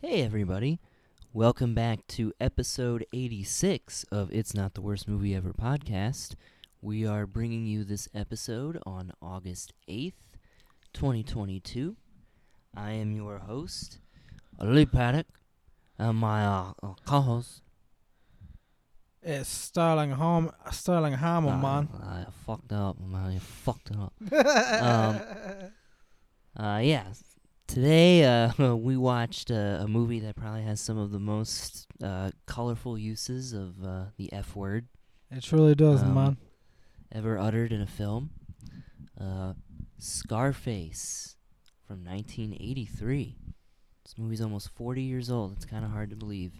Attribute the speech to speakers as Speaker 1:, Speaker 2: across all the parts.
Speaker 1: Hey, everybody. Welcome back to episode 86 of It's Not the Worst Movie Ever podcast. We are bringing you this episode on August 8th, 2022. I am your host, Lee Paddock, and my uh, uh, co host.
Speaker 2: It's Sterling Harm, Sterling Hamel, man.
Speaker 1: Uh, I fucked up, man. I fucked it up. Um, Uh, yeah. Today, uh, we watched uh, a movie that probably has some of the most uh, colorful uses of uh, the F word
Speaker 2: it truly does,
Speaker 1: um,
Speaker 2: man.
Speaker 1: ever uttered in a film. Uh, Scarface from 1983. This movie's almost 40 years old. It's kind of hard to believe.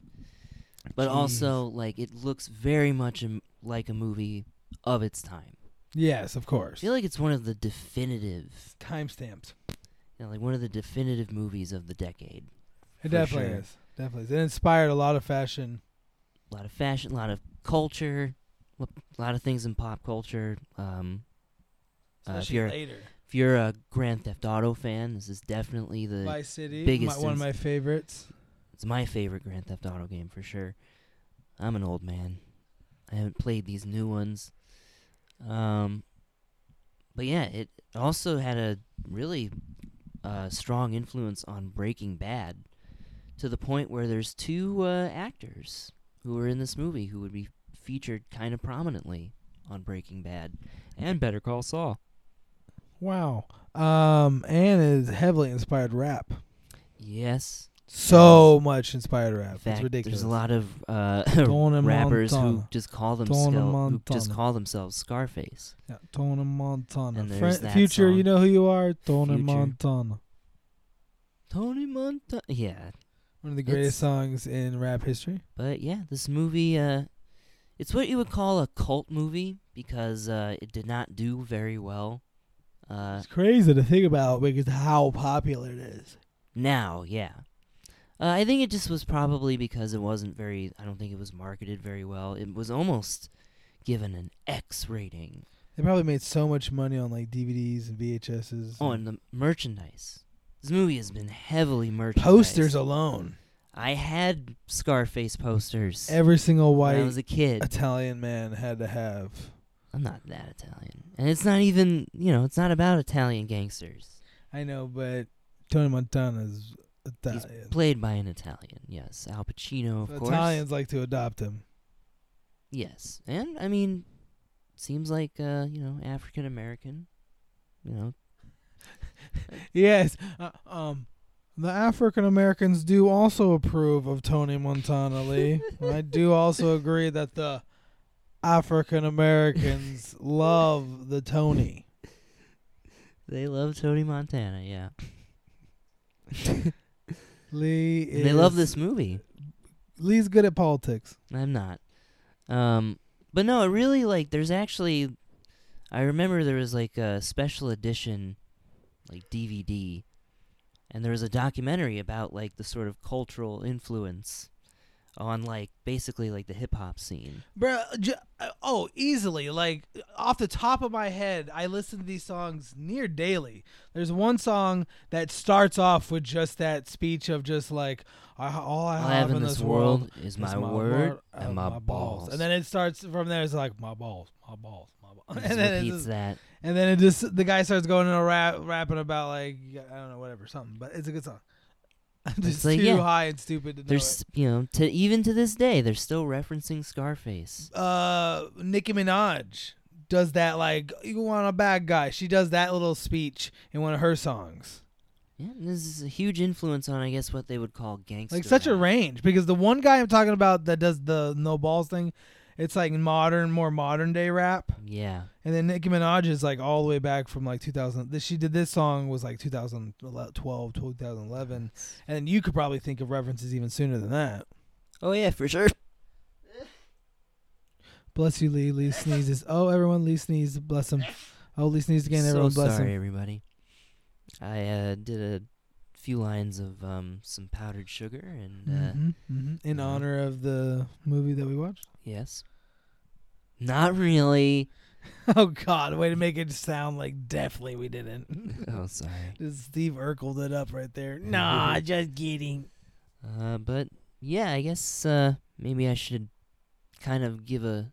Speaker 1: But
Speaker 2: Jeez.
Speaker 1: also, like, it looks very much a m like a movie of its time.
Speaker 2: yes, of
Speaker 1: I
Speaker 2: course.
Speaker 1: feel like it's one of the definitive,
Speaker 2: Timestamped.
Speaker 1: you know, like one of the definitive movies of the decade. For
Speaker 2: It definitely
Speaker 1: sure.
Speaker 2: is. Definitely is. It inspired a lot of fashion.
Speaker 1: a lot of fashion, a lot of culture, a lot of things in pop culture. Um, Uh, if
Speaker 2: especially
Speaker 1: you're-
Speaker 2: later,
Speaker 1: if you're a Grand Theft Auto fan, this is definitely the
Speaker 2: Vice City,
Speaker 1: biggest
Speaker 2: my, one of
Speaker 1: ins-
Speaker 2: my favorites.
Speaker 1: it's my favorite Grand Theft Auto game for sure. I'm an old man. I haven't played these new ones. Um, but yeah, it also had a really uh, strong influence on Breaking Bad to the point where there's two uh, actors who were in this movie who would be featured kind of prominently on Breaking Bad and Better Call Saul.
Speaker 2: Wow. Um, and it heavily inspired rap.
Speaker 1: Yes.
Speaker 2: So much inspired rap.
Speaker 1: In
Speaker 2: it's
Speaker 1: fact,
Speaker 2: ridiculous.
Speaker 1: there's a lot of uh,
Speaker 2: Don
Speaker 1: rappers who
Speaker 2: Montana.
Speaker 1: just call
Speaker 2: Don
Speaker 1: themselves who just
Speaker 2: Montana.
Speaker 1: call themselves Scarface.
Speaker 2: Yeah, Tony Montana.
Speaker 1: And there's
Speaker 2: Fri-
Speaker 1: that
Speaker 2: future, you
Speaker 1: song.
Speaker 2: know who you are. Tony
Speaker 1: Future.
Speaker 2: Montana.
Speaker 1: Tony Montana. Yeah,
Speaker 2: One of the
Speaker 1: It's-
Speaker 2: greatest songs in rap history.
Speaker 1: but yeah, this movie uh it's what you would call a cult movie because uh it did not do very well. Uh
Speaker 2: It's crazy to think about because how popular it is.
Speaker 1: now, yeah. Uh, I think it just was probably because it wasn't very I don't think it was marketed very well. It was almost given an X rating
Speaker 2: They probably made so much money on like DVDs and VHSs.
Speaker 1: on the merchandise. This movie has been heavily merchandised.
Speaker 2: posters alone.
Speaker 1: I had Scarface posters
Speaker 2: Every single
Speaker 1: when I
Speaker 2: white
Speaker 1: was a kid.
Speaker 2: Italian man had to have.
Speaker 1: I'm not that Italian. And it's not even, you know, it's not about Italian gangsters.
Speaker 2: I know, but Tony Montana's Italian.
Speaker 1: Played by an Italian, yes. Al Pacino, of
Speaker 2: So
Speaker 1: course.
Speaker 2: Italians like to adopt him.
Speaker 1: Yes. And, I mean, seems like, uh, you know, African American. You know,
Speaker 2: Yes. Uh, um, the African Americans do also approve of Tony Montana Lee. I do also agree that the African Americans love the Tony.
Speaker 1: they love Tony Montana, yeah.
Speaker 2: Lee is,
Speaker 1: And they love this movie.
Speaker 2: Lee's good at politics.
Speaker 1: I'm not. Um, but no, it really like there's actually. I remember there was like a special edition, like DVD, and there was a documentary about like the sort of cultural influence on like basically like the hip hop scene.
Speaker 2: Bro, j- oh, easily. Like off the top of my head, I listen to these songs near daily. There's one song that starts off with just that speech of just like I, all I,
Speaker 1: All I have in this world, is
Speaker 2: is
Speaker 1: my,
Speaker 2: wor-
Speaker 1: word
Speaker 2: and
Speaker 1: and my, balls.
Speaker 2: And then it starts from there. It's like my balls, my balls, my balls.
Speaker 1: It just
Speaker 2: And then, it
Speaker 1: repeats
Speaker 2: just,
Speaker 1: that.
Speaker 2: and then it just the guy starts going into rap, rapping about like I don't know whatever something, but it's a good song. I'm just
Speaker 1: like,
Speaker 2: too
Speaker 1: yeah.
Speaker 2: high and stupid to know. it.
Speaker 1: There's you know to even to this day they're still referencing Scarface.
Speaker 2: uh Nicki Minaj does that like you want a bad guy. She does that little speech in one of her songs.
Speaker 1: Yeah, and this is a huge influence on I guess what they would call gangster.
Speaker 2: Like such a
Speaker 1: rap.
Speaker 2: range because the one guy I'm talking about that does the no balls thing, it's like modern, more modern day rap.
Speaker 1: Yeah.
Speaker 2: And then Nicki Minaj is like all the way back from like 2000. This she did this song was like 2012, 2011. And you could probably think of references even sooner than that.
Speaker 1: Oh yeah, for sure.
Speaker 2: Bless you, Lee. Lee sneezes. Oh, everyone, Lee sneezes. Bless him. Oh, Lee sneezes again.
Speaker 1: so
Speaker 2: Everyone, bless
Speaker 1: sorry,
Speaker 2: him.
Speaker 1: everybody. I uh, did a few lines of um, some powdered sugar, and uh,
Speaker 2: hmm In
Speaker 1: Mhm.
Speaker 2: honor of the movie that we watched.
Speaker 1: yes, not really.
Speaker 2: Oh God! Way to make it sound like definitely we didn't.
Speaker 1: oh, sorry.
Speaker 2: Just Steve Urkeled it up right there. Nah, just kidding.
Speaker 1: Uh, but yeah, I guess uh, maybe I should kind of give a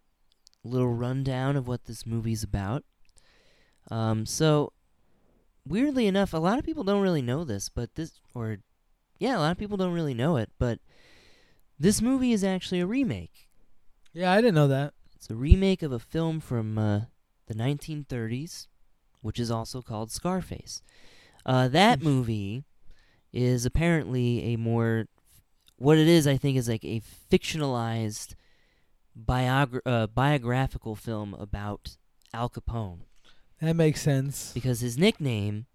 Speaker 1: little rundown of what this movie's about. Um, so weirdly enough, a lot of people don't really know this, but this or yeah, a lot of people don't really know it, but this movie is actually a remake.
Speaker 2: Yeah, I didn't know that.
Speaker 1: It's a remake of a film from uh, the 1930s, which is also called Scarface. Uh, that movie is apparently a more what it is, I think, is like a fictionalized biogra- uh, biographical film about Al Capone
Speaker 2: That makes sense.
Speaker 1: because his nickname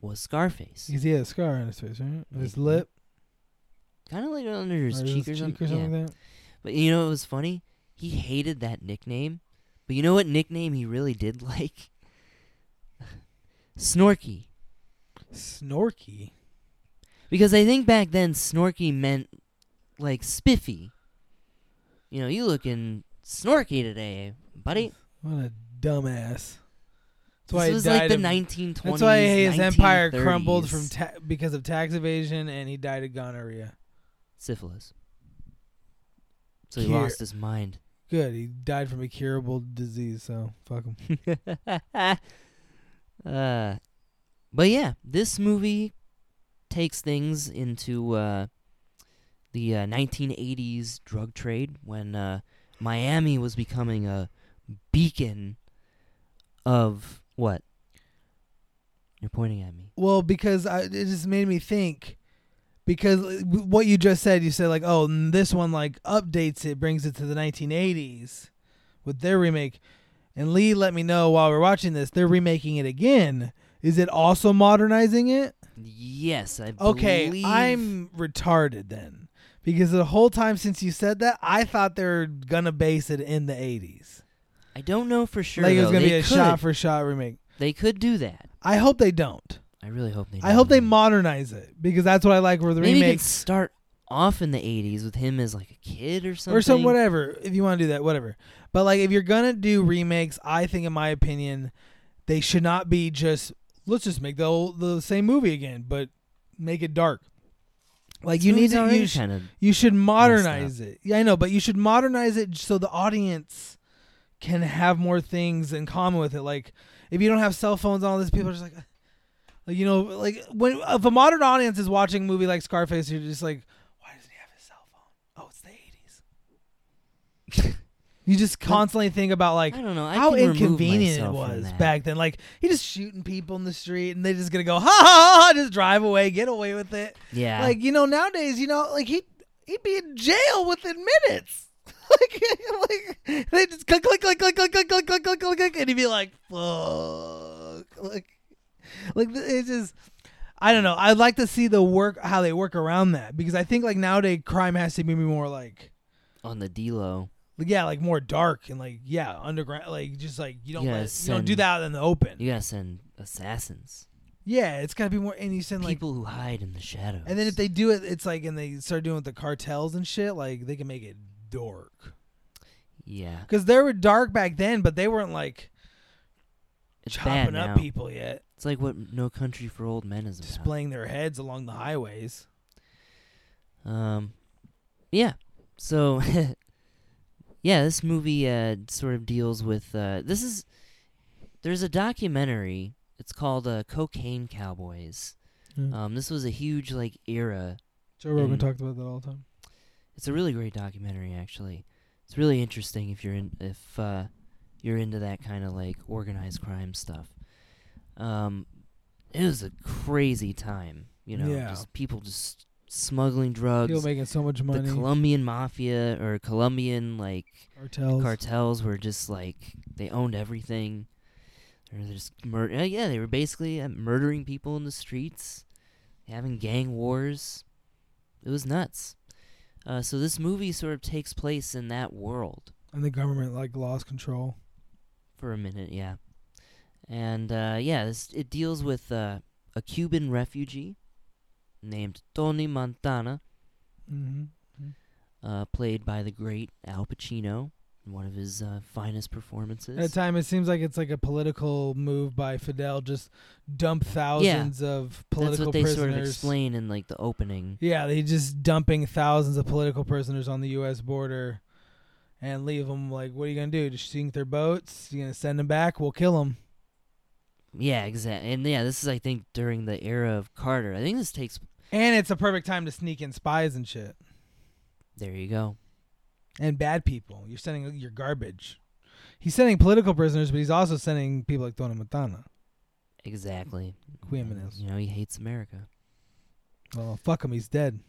Speaker 1: was Scarface.
Speaker 2: Because he had a scar on his face, right? Or His
Speaker 1: Mhm.
Speaker 2: lip.
Speaker 1: Kind of like under his
Speaker 2: or
Speaker 1: cheek or
Speaker 2: his
Speaker 1: something.
Speaker 2: cheek or something
Speaker 1: yeah.
Speaker 2: like that.
Speaker 1: But you know what was funny? He hated that nickname. But you know what nickname he really did like? Snorky.
Speaker 2: Snorky.
Speaker 1: Because I think back then Snorky meant like spiffy. You know, you looking snorky today, buddy.
Speaker 2: What a dumbass. That's why
Speaker 1: this
Speaker 2: he
Speaker 1: was like
Speaker 2: died
Speaker 1: the
Speaker 2: of-
Speaker 1: 1920s.
Speaker 2: That's why his empire crumbled from
Speaker 1: 1930s.
Speaker 2: ta- because of tax evasion, and he died of gonorrhea.
Speaker 1: syphilis. So he
Speaker 2: Here.
Speaker 1: lost his mind.
Speaker 2: Good, he died from a curable disease. So fuck him.
Speaker 1: uh, but yeah, this movie takes things into uh, the uh, 1980s drug trade when uh, Miami was becoming a beacon of what? You're pointing at me.
Speaker 2: Well, because I, it just made me think. Because uh, w- what you just said, you said like, oh, and this one like updates it, brings it to the 1980s with their remake. And Lee let me know while we're watching this, they're remaking it again. Is it also modernizing it?
Speaker 1: Yes, I
Speaker 2: Okay,
Speaker 1: believe.
Speaker 2: I'm retarded then. Because the whole time since you said that, I thought they were gonna base it in the 80s.
Speaker 1: I don't know for sure.
Speaker 2: like it was
Speaker 1: though.
Speaker 2: gonna
Speaker 1: they
Speaker 2: be a
Speaker 1: could.
Speaker 2: shot for shot remake.
Speaker 1: They could do that.
Speaker 2: I hope they don't.
Speaker 1: I really hope they.
Speaker 2: I hope they
Speaker 1: don't.
Speaker 2: modernize it because that's what I like where the
Speaker 1: Maybe you can
Speaker 2: remakes
Speaker 1: start off in the '80s with him as like a kid or something.
Speaker 2: or some whatever. If you want to do that, whatever. But like if you're gonna do remakes, I think in my opinion, they should not be just let's just make the old, the same movie again, but make it dark. Like you need to you, sh-
Speaker 1: kind of
Speaker 2: You should modernize it. Yeah, I know, but you should modernize it so the audience can have more things in common with it. Like, if you don't have cell phones and all this, people are just like, like you know, like when if a modern audience is watching a movie like Scarface, you're just like, why doesn't he have his cell phone? Oh, it's the '80s. you just constantly think about like
Speaker 1: I don't know I
Speaker 2: how
Speaker 1: can remove
Speaker 2: inconvenient it
Speaker 1: myself from
Speaker 2: was
Speaker 1: that.
Speaker 2: back then. Like he just shooting people in the street, and they just gonna go ha ha ha, just drive away, get away with it.
Speaker 1: Yeah,
Speaker 2: Like you know, nowadays, you know, like he he'd be in jail within minutes. like, like they just click, click, click, click, click, click, click, click, click, click, click, and he'd be like, "Fuck!" Like, like th- it's just. I don't know. I'd like to see the work how they work around that because I think like nowadays crime has to be more like
Speaker 1: on the D-Lo.
Speaker 2: like, yeah like more dark and like yeah underground like just like you don't let-
Speaker 1: Yes,
Speaker 2: you don't do
Speaker 1: and-
Speaker 2: that in the open
Speaker 1: You gotta send assassins,
Speaker 2: yeah it's gotta be more and you send like
Speaker 1: people who hide in the shadows.
Speaker 2: And then if they do it, it's like, and they start doing it with the cartels and shit, like they can make it dark.
Speaker 1: yeah,
Speaker 2: Because they were dark back then, but they weren't like
Speaker 1: it's bad
Speaker 2: chopping
Speaker 1: now.
Speaker 2: up people yet,
Speaker 1: It's like what No Country for Old Men is about.
Speaker 2: displaying their heads along the highways.
Speaker 1: Um, yeah. So, yeah, this movie uh, sort of deals with uh, this is there's a documentary. It's called uh, Cocaine Cowboys.
Speaker 2: Mm.
Speaker 1: Um, this was a huge like era.
Speaker 2: Joe Rogan
Speaker 1: Mm.
Speaker 2: talked about that all the time.
Speaker 1: It's a really great documentary, actually. It's really interesting if you're in if uh, you're into that kind of like organized crime stuff. Um, it was a crazy time, you know.
Speaker 2: Yeah.
Speaker 1: Just people just smuggling drugs.
Speaker 2: People making so much money.
Speaker 1: the Colombian mafia or Colombian like
Speaker 2: cartels.
Speaker 1: cartels were just like they owned everything. They were just mur- uh, yeah, they were basically uh, murdering people in the streets, having gang wars. It was nuts. Uh, so this movie sort of takes place in that world
Speaker 2: and the government like lost control.
Speaker 1: for a minute, yeah. And uh, yeah, this, it deals with uh, a Cuban refugee named Tony Montana,
Speaker 2: Mm-hmm.
Speaker 1: uh, played by the great Al Pacino. one of his uh, finest performances.
Speaker 2: At a time, it seems like it's like a political move by Fidel, just dump thousands of
Speaker 1: That's
Speaker 2: political
Speaker 1: what they
Speaker 2: prisoners.
Speaker 1: sort of explain in like the opening.
Speaker 2: Yeah, they just dumping thousands of political prisoners on the U.S. border, and leave them like, what are you gonna do? Just sink their boats? You gonna send them back? We'll kill them.
Speaker 1: Yeah, exactly. And yeah, this is I think during the era of Carter. I think this takes.
Speaker 2: And it's a perfect time to sneak in spies and shit
Speaker 1: There you go.
Speaker 2: and bad people. You're sending your garbage. He's sending political prisoners, but he's also sending people like Tony Montana.
Speaker 1: Exactly.
Speaker 2: Criminals.
Speaker 1: You know he hates America.
Speaker 2: Well, fuck him. He's dead.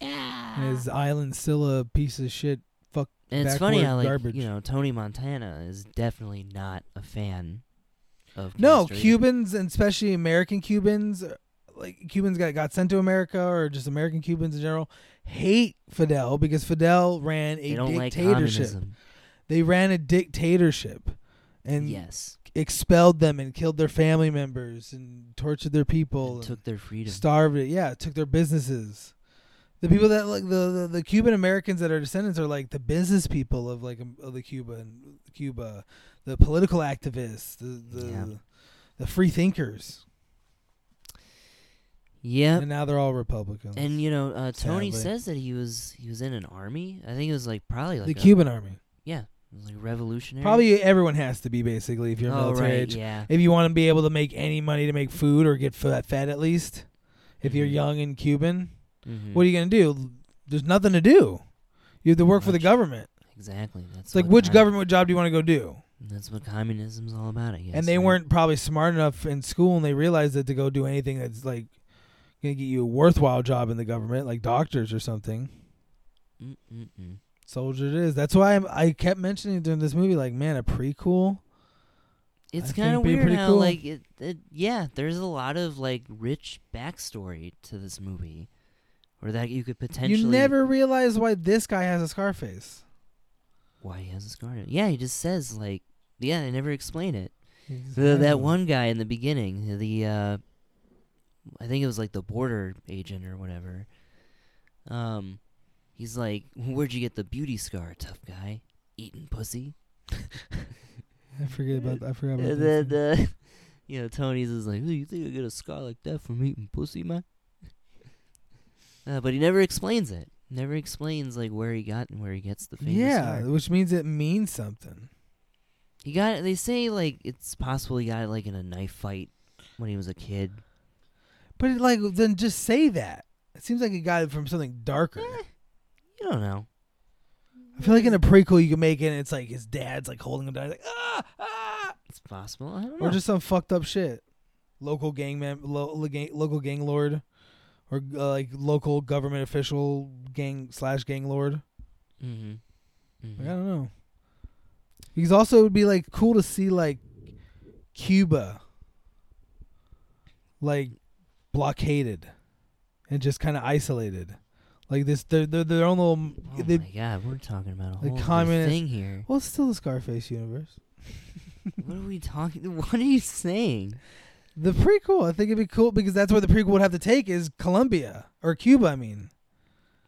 Speaker 1: Ah.
Speaker 2: And his island Scylla piece of shit.
Speaker 1: And it's funny
Speaker 2: backward
Speaker 1: how like
Speaker 2: garbage.
Speaker 1: you know Tony Montana is definitely not a fan of
Speaker 2: No,
Speaker 1: castration.
Speaker 2: Cubans and especially American Cubans, uh, like Cubans got got sent to America or just American Cubans in general, hate Fidel because Fidel ran a
Speaker 1: They don't like
Speaker 2: dictatorship.
Speaker 1: communism.
Speaker 2: they ran a dictatorship, and
Speaker 1: yes,
Speaker 2: expelled them and killed their family members and tortured their people,
Speaker 1: and
Speaker 2: and
Speaker 1: took their freedom.
Speaker 2: starved it. Yeah, took their businesses. The people that like the, the, the Cuban Americans that are descendants are like the business people of like um, of the Cuba and Cuba, the political activists, the the,
Speaker 1: Yeah.
Speaker 2: the free thinkers,
Speaker 1: Yep.
Speaker 2: and now they're all Republicans.
Speaker 1: And you know, uh, Tony
Speaker 2: Sadly.
Speaker 1: says that he was he was in an army. I think it was like probably like
Speaker 2: the
Speaker 1: a-
Speaker 2: Cuban army,
Speaker 1: Yeah, it was like revolutionary.
Speaker 2: probably everyone has to be basically if you're
Speaker 1: oh
Speaker 2: military
Speaker 1: right,
Speaker 2: age.
Speaker 1: yeah.
Speaker 2: If you want to be able to make any money to make food or get fa- fed at least, if you're
Speaker 1: Mhm.
Speaker 2: young and Cuban,
Speaker 1: Mhm.
Speaker 2: What are you gonna do? There's nothing to do. You have to work for the
Speaker 1: Much.
Speaker 2: government.
Speaker 1: exactly? That's
Speaker 2: It's like
Speaker 1: what
Speaker 2: which
Speaker 1: commu-
Speaker 2: government job do you want to go do?
Speaker 1: That's what communism's all about, I guess.
Speaker 2: and they
Speaker 1: right?
Speaker 2: weren't probably smart enough in school, and they realized that to go do anything that's like gonna get you a worthwhile job in the government, like doctors or something.
Speaker 1: Mm-mm-mm.
Speaker 2: Soldier it is. That's why I'm, I kept mentioning during this movie, like, man, a prequel.
Speaker 1: It's
Speaker 2: think
Speaker 1: kind of
Speaker 2: it'd be
Speaker 1: weird
Speaker 2: pretty
Speaker 1: how
Speaker 2: cool.
Speaker 1: like it, it. Yeah, there's a lot of like rich backstory to this movie, or that you could potentially.
Speaker 2: You never realize why this guy has a Scarface.
Speaker 1: Why he has a scar? on him. Yeah, he just says like. Yeah, they never explain it. The, that one guy in the beginning, the uh, I think it was like the border agent or whatever. Um, he's like, "Where'd you get the beauty scar, tough guy? Eating pussy."
Speaker 2: I forget about. I forgot about.
Speaker 1: and
Speaker 2: that.
Speaker 1: then, uh, you know, Tony's is like, "Ooh, "You think I get a scar like that from eating pussy, man?" Uh, but he never explains it. Never explains like where he got and where he gets the famous
Speaker 2: yeah,
Speaker 1: scar.
Speaker 2: which means it means something.
Speaker 1: He got. it- They say like it's possible he got it like in a knife fight when he was a kid.
Speaker 2: But it, like, then just say that. It seems like he got it from something darker.
Speaker 1: Eh, You don't know.
Speaker 2: I feel like in a prequel you can make it. and It's like his dad's like holding him down, he's like ah, ah,
Speaker 1: It's possible. I don't know.
Speaker 2: or just some fucked up shit. Local gang man, lo, lo- gang, local gang lord, or uh, like local government official gang slash gang lord.
Speaker 1: hmm
Speaker 2: Like, I don't know. Because also it would be like cool to see like Cuba, like blockaded, and just kind of isolated, like this. They're, they're their own little.
Speaker 1: Oh
Speaker 2: they,
Speaker 1: my god, we're talking about a
Speaker 2: the
Speaker 1: whole other
Speaker 2: communist-
Speaker 1: thing here.
Speaker 2: well, it's still the Scarface universe.
Speaker 1: what are we talking? What are you saying?
Speaker 2: The prequel, I think it'd be cool because that's where the prequel would have to take is Colombia or Cuba. I mean,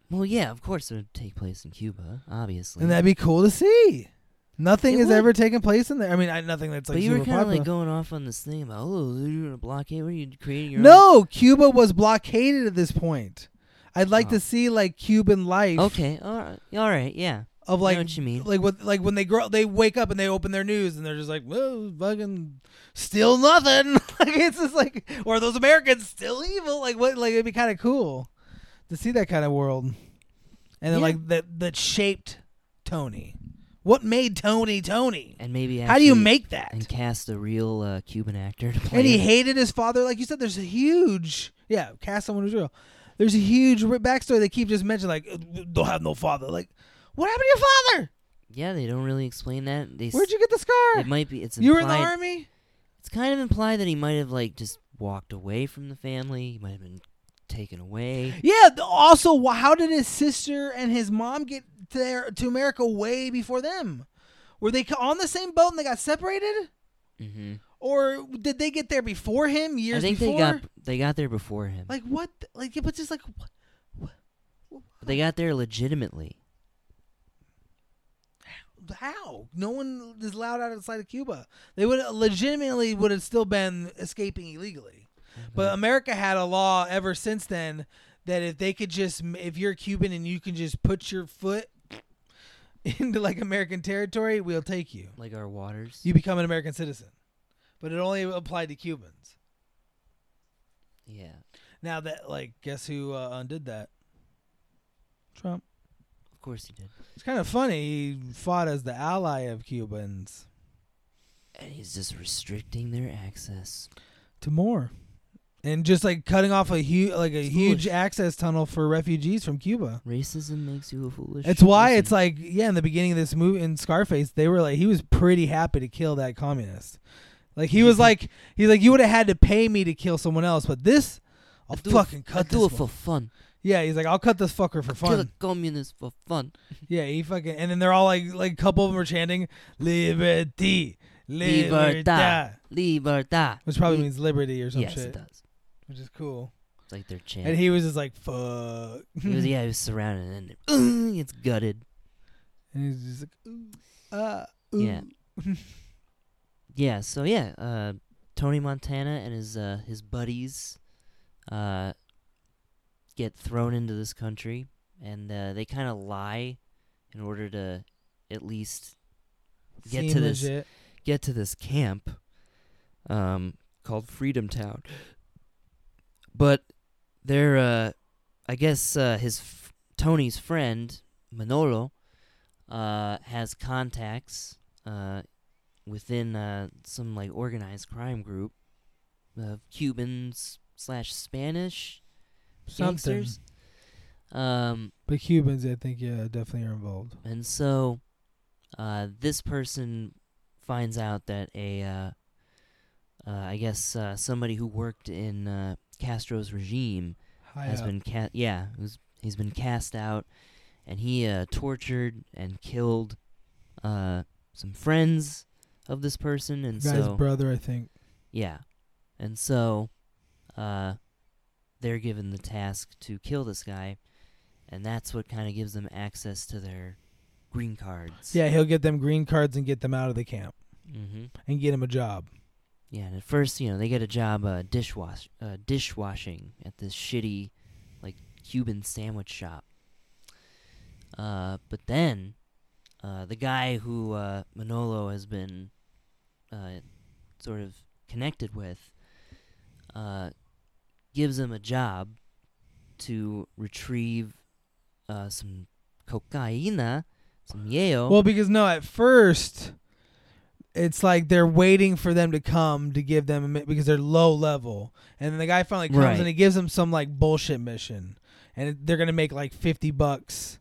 Speaker 1: Well, yeah, of course it would take place in Cuba, obviously.
Speaker 2: and that'd be cool to see. Nothing
Speaker 1: It
Speaker 2: has
Speaker 1: would.
Speaker 2: ever taken place in there. I mean, I, nothing that's like
Speaker 1: but you
Speaker 2: super
Speaker 1: were kind of
Speaker 2: popular.
Speaker 1: like going off on this thing about oh, you're doing a blockade. What are you creating your own-
Speaker 2: no, Cuba was blockaded at this point. I'd like
Speaker 1: Oh.
Speaker 2: to see like Cuban life.
Speaker 1: Okay, all right, all right, yeah.
Speaker 2: Of
Speaker 1: Like,
Speaker 2: like
Speaker 1: what you mean?
Speaker 2: like what like when they grow they wake up and they open their news and they're just like whoa fucking still nothing like it's just like or those americans still evil like what like it'd be kind of cool to see that kind of world and
Speaker 1: Yeah.
Speaker 2: then like that that shaped tony what made tony tony
Speaker 1: and maybe
Speaker 2: how do you
Speaker 1: actually-
Speaker 2: make that
Speaker 1: and cast a real uh, Cuban actor to play?
Speaker 2: and he
Speaker 1: him.
Speaker 2: hated his father like you said there's a huge yeah cast someone who's real there's a huge ri- backstory they keep just mentioning like don't have no father like what happened to your father
Speaker 1: yeah, they don't really explain that. They s-
Speaker 2: where'd you get the scar
Speaker 1: It might be. It's
Speaker 2: you were in the
Speaker 1: implied-
Speaker 2: army
Speaker 1: it's kind of implied that he might have like just walked away from the family. He might have been taken away.
Speaker 2: Yeah. th- Also, wh- how did his sister and his mom get there to America way before them? Were they co- on the same boat and they got separated,
Speaker 1: Mm-hmm.
Speaker 2: or did they get there before him? Years
Speaker 1: I think
Speaker 2: before.
Speaker 1: they got they got there before him.
Speaker 2: like what? th- Like yeah, but just like what?
Speaker 1: they got there legitimately.
Speaker 2: how? No one is allowed outside of Cuba. They would legitimately would have still been escaping illegally. But America had a law ever since then that if they could just, if you're Cuban and you can just put your foot into like American territory, we'll take you.
Speaker 1: like our waters.
Speaker 2: You become an American citizen. But it only applied to Cubans.
Speaker 1: yeah,
Speaker 2: Now that, like, guess who uh, undid that? Trump.
Speaker 1: of course he did.
Speaker 2: It's kind of funny. He fought as the ally of Cubans
Speaker 1: And he's just restricting their access.
Speaker 2: to more, and just like cutting off a huge, like a
Speaker 1: It's
Speaker 2: huge
Speaker 1: foolish.
Speaker 2: access tunnel for refugees from Cuba.
Speaker 1: Racism makes you a foolish.
Speaker 2: It's why it's
Speaker 1: person.
Speaker 2: like yeah, in the beginning of this movie in Scarface, they were like he was pretty happy to kill that communist. Like he
Speaker 1: Mm-hmm.
Speaker 2: was like he's like you would have had to pay me to kill someone else, but this I'll
Speaker 1: I do it-
Speaker 2: fucking
Speaker 1: I
Speaker 2: cut this.
Speaker 1: do it
Speaker 2: one."
Speaker 1: for fun.
Speaker 2: yeah, he's like I'll cut this fucker for
Speaker 1: Kill a
Speaker 2: fun.
Speaker 1: communist for fun.
Speaker 2: Yeah, he fucking and then they're all like like a couple of them are chanting liberty, libertad,
Speaker 1: Libertad. Libertad.
Speaker 2: which probably
Speaker 1: Li-
Speaker 2: means liberty or some
Speaker 1: yes, it
Speaker 2: shit,
Speaker 1: does.
Speaker 2: which is cool.
Speaker 1: It's like their chant.
Speaker 2: And he was just like fuck.
Speaker 1: He was, yeah, he was surrounded and then it's gutted.
Speaker 2: and he's just like ooh, ah, ooh.
Speaker 1: Yeah. Yeah, so yeah, uh, Tony Montana and his uh, his buddies uh, get thrown into this country, and uh, they kind of lie in order to at least Get
Speaker 2: Seem
Speaker 1: to this.
Speaker 2: legit.
Speaker 1: get to this camp um, called Freedom Town. But they're, uh, I guess, uh, his f- Tony's friend Manolo uh, has contacts uh, within uh, some like organized crime group of Cubans slash Spanish
Speaker 2: something.
Speaker 1: gangsters. Um,
Speaker 2: But Cubans, I think, yeah, definitely are involved.
Speaker 1: And so, uh, this person finds out that a, uh, uh, I guess uh, somebody who worked in uh, Castro's regime
Speaker 2: High
Speaker 1: has
Speaker 2: up.
Speaker 1: been ca- yeah, who's he's been cast out, and he uh, tortured and killed uh, some friends of this person, and
Speaker 2: guy's
Speaker 1: so
Speaker 2: brother, I think.
Speaker 1: yeah. And so uh they're given the task to kill this guy and that's what kind of gives them access to their green cards.
Speaker 2: Yeah, he'll get them green cards and get them out of the camp
Speaker 1: Mhm.
Speaker 2: and get him a job.
Speaker 1: Yeah, and at first, you know, they get a job uh dishwash uh dishwashing at this shitty like Cuban sandwich shop. Uh but then uh the guy who uh Manolo has been uh sort of connected with uh gives him a job to retrieve uh some cocaina, some yayo.
Speaker 2: Well, because no, at first, it's like they're waiting for them to come to give them a mi- because they're low level, and then the guy finally comes
Speaker 1: Right.
Speaker 2: and he gives them some like bullshit mission, and it- they're gonna make like fifty bucks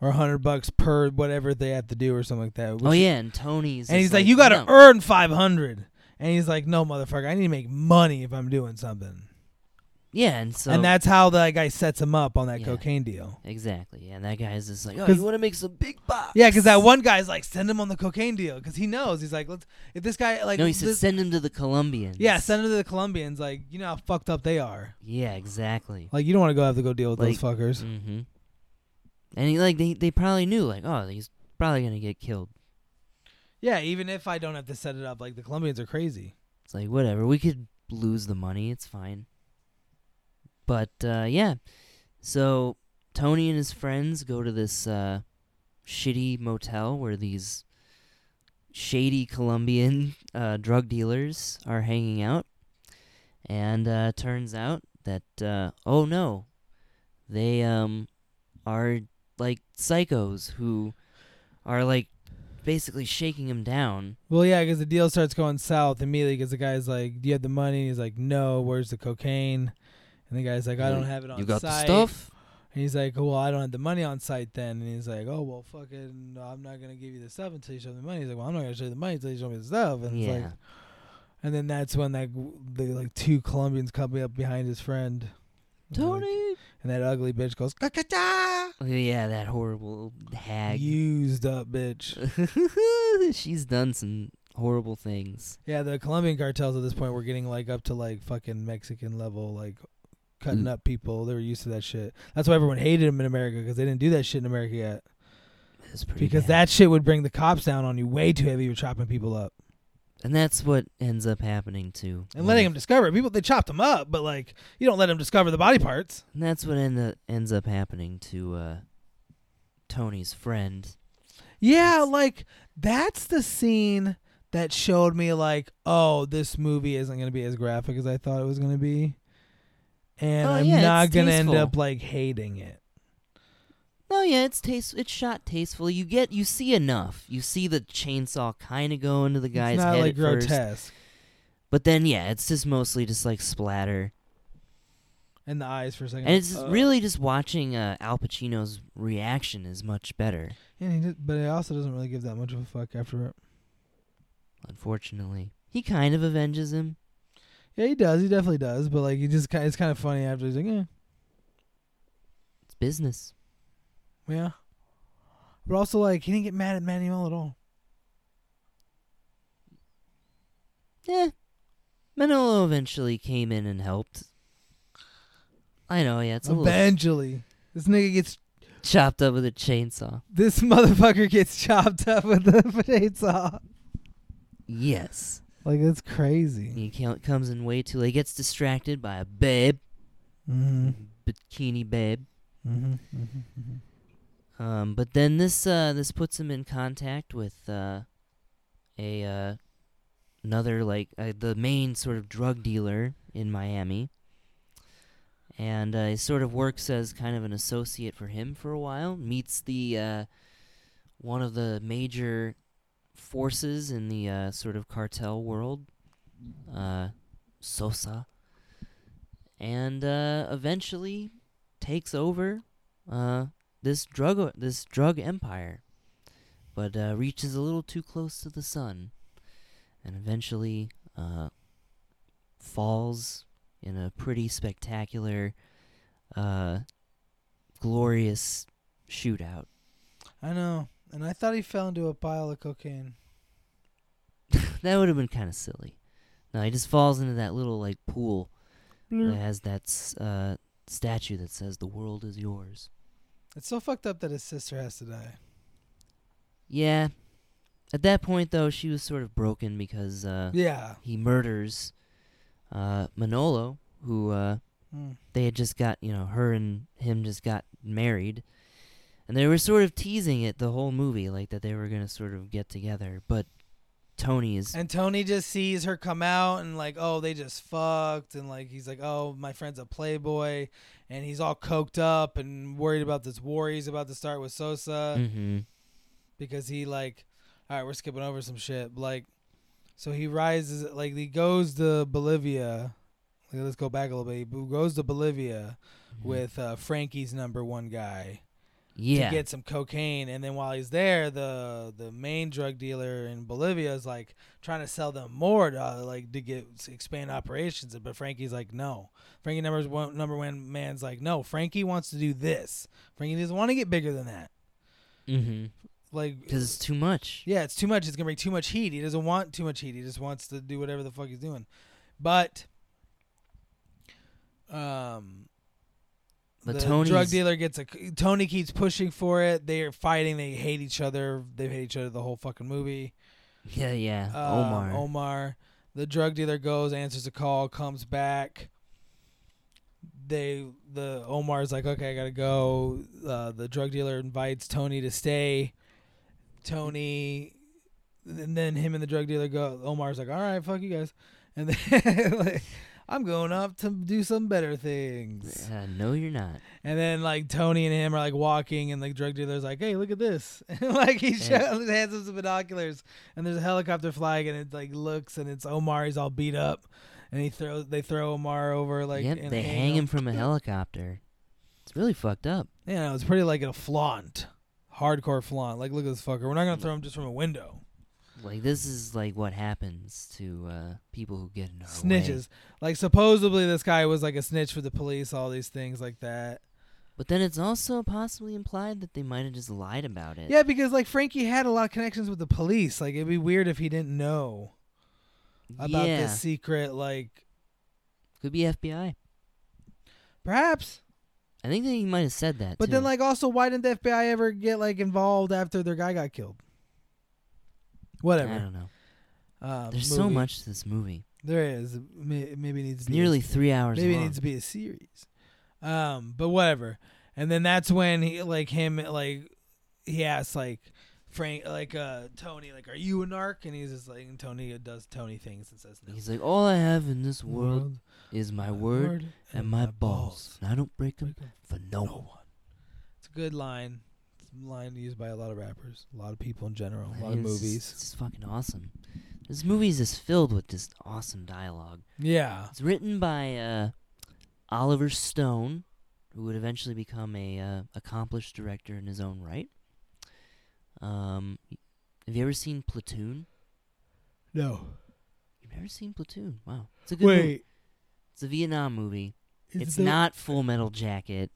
Speaker 2: or hundred bucks per whatever they have to do or something like that.
Speaker 1: oh
Speaker 2: which-
Speaker 1: yeah, and Tony's
Speaker 2: and
Speaker 1: is
Speaker 2: he's like, "You
Speaker 1: no.
Speaker 2: gotta earn five hundred. And he's like, "No, motherfucker, I need to make money if I'm doing something."
Speaker 1: Yeah, and so
Speaker 2: and that's how that guy sets him up on that
Speaker 1: Yeah.
Speaker 2: cocaine deal.
Speaker 1: Exactly. Yeah, and that guy's just like, oh,
Speaker 2: 'Cause-
Speaker 1: you want to make some big bucks?
Speaker 2: Yeah, because that one guy's like, send him on the cocaine deal because he knows he's like, let's if this guy like,
Speaker 1: no, he said,
Speaker 2: this-
Speaker 1: send him to the Colombians.
Speaker 2: yeah, send him to the Colombians. Like, you know how fucked up they are.
Speaker 1: Yeah, exactly.
Speaker 2: Like, you don't want to go have to go deal with those fuckers.
Speaker 1: Mm-hmm. And he, like, they, they probably knew, like, oh, he's probably gonna get killed.
Speaker 2: Yeah, even if I don't have to set it up, like the Colombians are crazy.
Speaker 1: It's like whatever, we could lose the money, it's fine. But uh, yeah, so Tony and his friends go to this uh, shitty motel where these shady Colombian uh, drug dealers are hanging out, and uh, turns out that uh, oh no, they um are like psychos who are like basically shaking him down
Speaker 2: Well, yeah, because the deal starts going south immediately because the guy's like, "Do you have the money?" He's like, "No." Where's the cocaine? And the guy's like, "I don't have it on
Speaker 1: You got
Speaker 2: site."
Speaker 1: the stuff?
Speaker 2: And he's like, "Well, I don't have the money on site then." And he's like, "Oh, well, fucking, I'm not gonna give you the stuff until you show me the money." He's like, "Well, I'm not gonna show you the money until you show me the stuff." And it's like, and then that's when like w- the like two Colombians come up behind his friend, and they're like-
Speaker 1: Tony.
Speaker 2: and that ugly bitch goes, "Caca-cha!"
Speaker 1: oh, Yeah, that horrible hag.
Speaker 2: used up bitch."
Speaker 1: She's done some horrible things.
Speaker 2: yeah, the Colombian cartels at this point were getting like up to like fucking Mexican level, like cutting
Speaker 1: Mm.
Speaker 2: up people. They were used to that shit. That's why everyone hated them in America because they didn't do that shit in America yet.
Speaker 1: was pretty
Speaker 2: because
Speaker 1: bad.
Speaker 2: that shit would bring the cops down on you way too heavy. You're chopping people up
Speaker 1: and that's what ends up happening uh, too.
Speaker 2: and letting them discover it. people. They chopped them up, but like you don't let them discover the body parts.
Speaker 1: And that's what end up, ends up happening to uh, Tony's friend.
Speaker 2: Yeah,
Speaker 1: It's-
Speaker 2: like that's the scene that showed me like, oh, this movie isn't gonna be as graphic as I thought it was gonna be, and
Speaker 1: Oh,
Speaker 2: I'm
Speaker 1: yeah,
Speaker 2: not
Speaker 1: it's
Speaker 2: gonna end
Speaker 1: tasteful.
Speaker 2: up like hating it.
Speaker 1: No, yeah, it's taste. It's shot tastefully. You get, you see enough. You see the chainsaw kind of go into the guy's
Speaker 2: it's not
Speaker 1: head
Speaker 2: like
Speaker 1: at first.
Speaker 2: grotesque,
Speaker 1: But then, yeah, it's just mostly just like splatter,
Speaker 2: and the eyes for a second,
Speaker 1: and it's
Speaker 2: uh,
Speaker 1: really just watching uh, Al Pacino's reaction is much better.
Speaker 2: And he did, but it also doesn't really give that much of a fuck after it.
Speaker 1: Unfortunately, he kind of avenges him.
Speaker 2: Yeah, he does. He definitely does. But like, he just kind. It's kind of funny after he's like, eh. yeah,
Speaker 1: It's business.
Speaker 2: yeah. But also, like, he didn't get mad at Manuel at all.
Speaker 1: Yeah, Manolo eventually came in and helped. I know, yeah, it's a little
Speaker 2: Eventually, this nigga gets
Speaker 1: chopped up with a chainsaw.
Speaker 2: this motherfucker gets chopped up with a chainsaw.
Speaker 1: Yes.
Speaker 2: Like that's crazy.
Speaker 1: He ca- comes in way too late. Gets distracted by a babe,
Speaker 2: Mm-hmm.
Speaker 1: bikini babe.
Speaker 2: Mm-hmm. Mm-hmm.
Speaker 1: Um, but then this uh, this puts him in contact with uh, a uh, another like uh, the main sort of drug dealer in Miami, and uh, he sort of works as kind of an associate for him for a while. Meets the uh, one of the major forces in the uh, sort of cartel world, uh, Sosa, and uh, eventually takes over. Uh, this drug o- this drug empire, but uh, reaches a little too close to the sun, and eventually uh, falls in a pretty spectacular, uh, glorious shootout.
Speaker 2: I know. And I thought he fell into a pile of cocaine.
Speaker 1: that would have been kind of silly. No, he just falls into that little like pool that has that s- uh, statue that says "The world is yours."
Speaker 2: It's so fucked up that his sister has to die.
Speaker 1: Yeah. At that point, though, she was sort of broken because uh,
Speaker 2: Yeah.
Speaker 1: he murders uh, Manolo, who uh,
Speaker 2: Mm.
Speaker 1: they had just got, you know, her and him just got married. And they were sort of teasing it the whole movie, like that they were going to sort of get together. But Tony is.
Speaker 2: And Tony just sees her come out and like, oh, they just fucked, and like he's like, oh, my friend's a playboy, and he's all coked up and worried about this war he's about to start with Sosa
Speaker 1: hmm
Speaker 2: because he like, all right, we're skipping over some shit, but, like, so he rises like he goes to Bolivia. Like, Let's go back a little bit. He goes to Bolivia
Speaker 1: Mm.
Speaker 2: with uh, Frankie's number one guy
Speaker 1: Yeah.
Speaker 2: to get some cocaine. And then while he's there, the the main drug dealer in Bolivia is like trying to sell them more to uh, like to get expand operations. But Frankie's like, no. Frankie number one number one man's like, no. Frankie wants to do this. Frankie doesn't want to get bigger than that.
Speaker 1: mm
Speaker 2: Like,
Speaker 1: Because it's too much.
Speaker 2: yeah, it's too much. It's gonna bring too much heat. He doesn't want too much heat. He just wants to do whatever the fuck he's doing. But, um,
Speaker 1: But
Speaker 2: the drug
Speaker 1: Tony's-
Speaker 2: dealer gets a. Tony keeps pushing for it. They are fighting. They hate each other. They hate each other the whole fucking movie.
Speaker 1: Yeah, yeah.
Speaker 2: Um,
Speaker 1: Omar.
Speaker 2: Omar. The drug dealer goes, answers a call, comes back. They the Omar's like, okay, I gotta go. Uh, the drug dealer invites Tony to stay. Tony, and then him and the drug dealer go. Omar's like, all right, fuck you guys, and then like, I'm going up to do some better things.
Speaker 1: Uh, no, you're not.
Speaker 2: And then like Tony and him are like walking, and the drug dealer's like, "Hey, look at this!" And like he
Speaker 1: Yeah.
Speaker 2: shows, hands him some binoculars, and there's a helicopter flying, and it like looks, and it's Omar. He's all beat up, and he throws they throw Omar over like
Speaker 1: yep,
Speaker 2: and
Speaker 1: they hang him from a
Speaker 2: Yeah.
Speaker 1: helicopter. It's really fucked up.
Speaker 2: You know, it's pretty like a flaunt, hardcore flaunt. Like, look at this fucker. We're not gonna throw him just from a window.
Speaker 1: Like, this is like what happens to uh, people who get in our way.
Speaker 2: Snitches. Like supposedly this guy was like a snitch for the police, all these things like that.
Speaker 1: But then it's also possibly implied that they might have just lied about it.
Speaker 2: Yeah, because like Frankie had a lot of connections with the police. Like it'd be weird if he didn't know. about
Speaker 1: Yeah.
Speaker 2: this secret like
Speaker 1: Could be FBI.
Speaker 2: perhaps
Speaker 1: I think that he might have said that.
Speaker 2: But then,
Speaker 1: too.
Speaker 2: like, also, why didn't the FBI ever get like involved after their guy got killed?
Speaker 1: I
Speaker 2: Whatever.
Speaker 1: don't know.
Speaker 2: Uh,
Speaker 1: There's so
Speaker 2: movie.
Speaker 1: much to this movie.
Speaker 2: There is. May- Maybe it needs
Speaker 1: It's
Speaker 2: to be a
Speaker 1: nearly three hours
Speaker 2: Maybe
Speaker 1: long.
Speaker 2: it needs to be a series. Um, but whatever. And then that's when he like him like he asks like Frank like uh Tony like are you a narc and he's just like and Tony does Tony things and says no.
Speaker 1: He's like, all I have in this world is my word and my balls, and I don't break them
Speaker 2: Break 'em
Speaker 1: for no
Speaker 2: for no
Speaker 1: one.
Speaker 2: one. It's a good line. It's a line used by a lot of rappers, a lot of people in general,
Speaker 1: I
Speaker 2: a lot of
Speaker 1: mean, it's just-
Speaker 2: movies.
Speaker 1: It's just fucking awesome. This movie is just filled with just awesome dialogue.
Speaker 2: Yeah.
Speaker 1: It's written by uh, Oliver Stone, who would eventually become a uh, accomplished director in his own right. Um, have you ever seen Platoon?
Speaker 2: No.
Speaker 1: You've never seen Platoon? Wow, it's a good. movie.
Speaker 2: Wait.
Speaker 1: it's a Vietnam movie.
Speaker 2: is
Speaker 1: it's
Speaker 2: the-
Speaker 1: not Full Metal Jacket.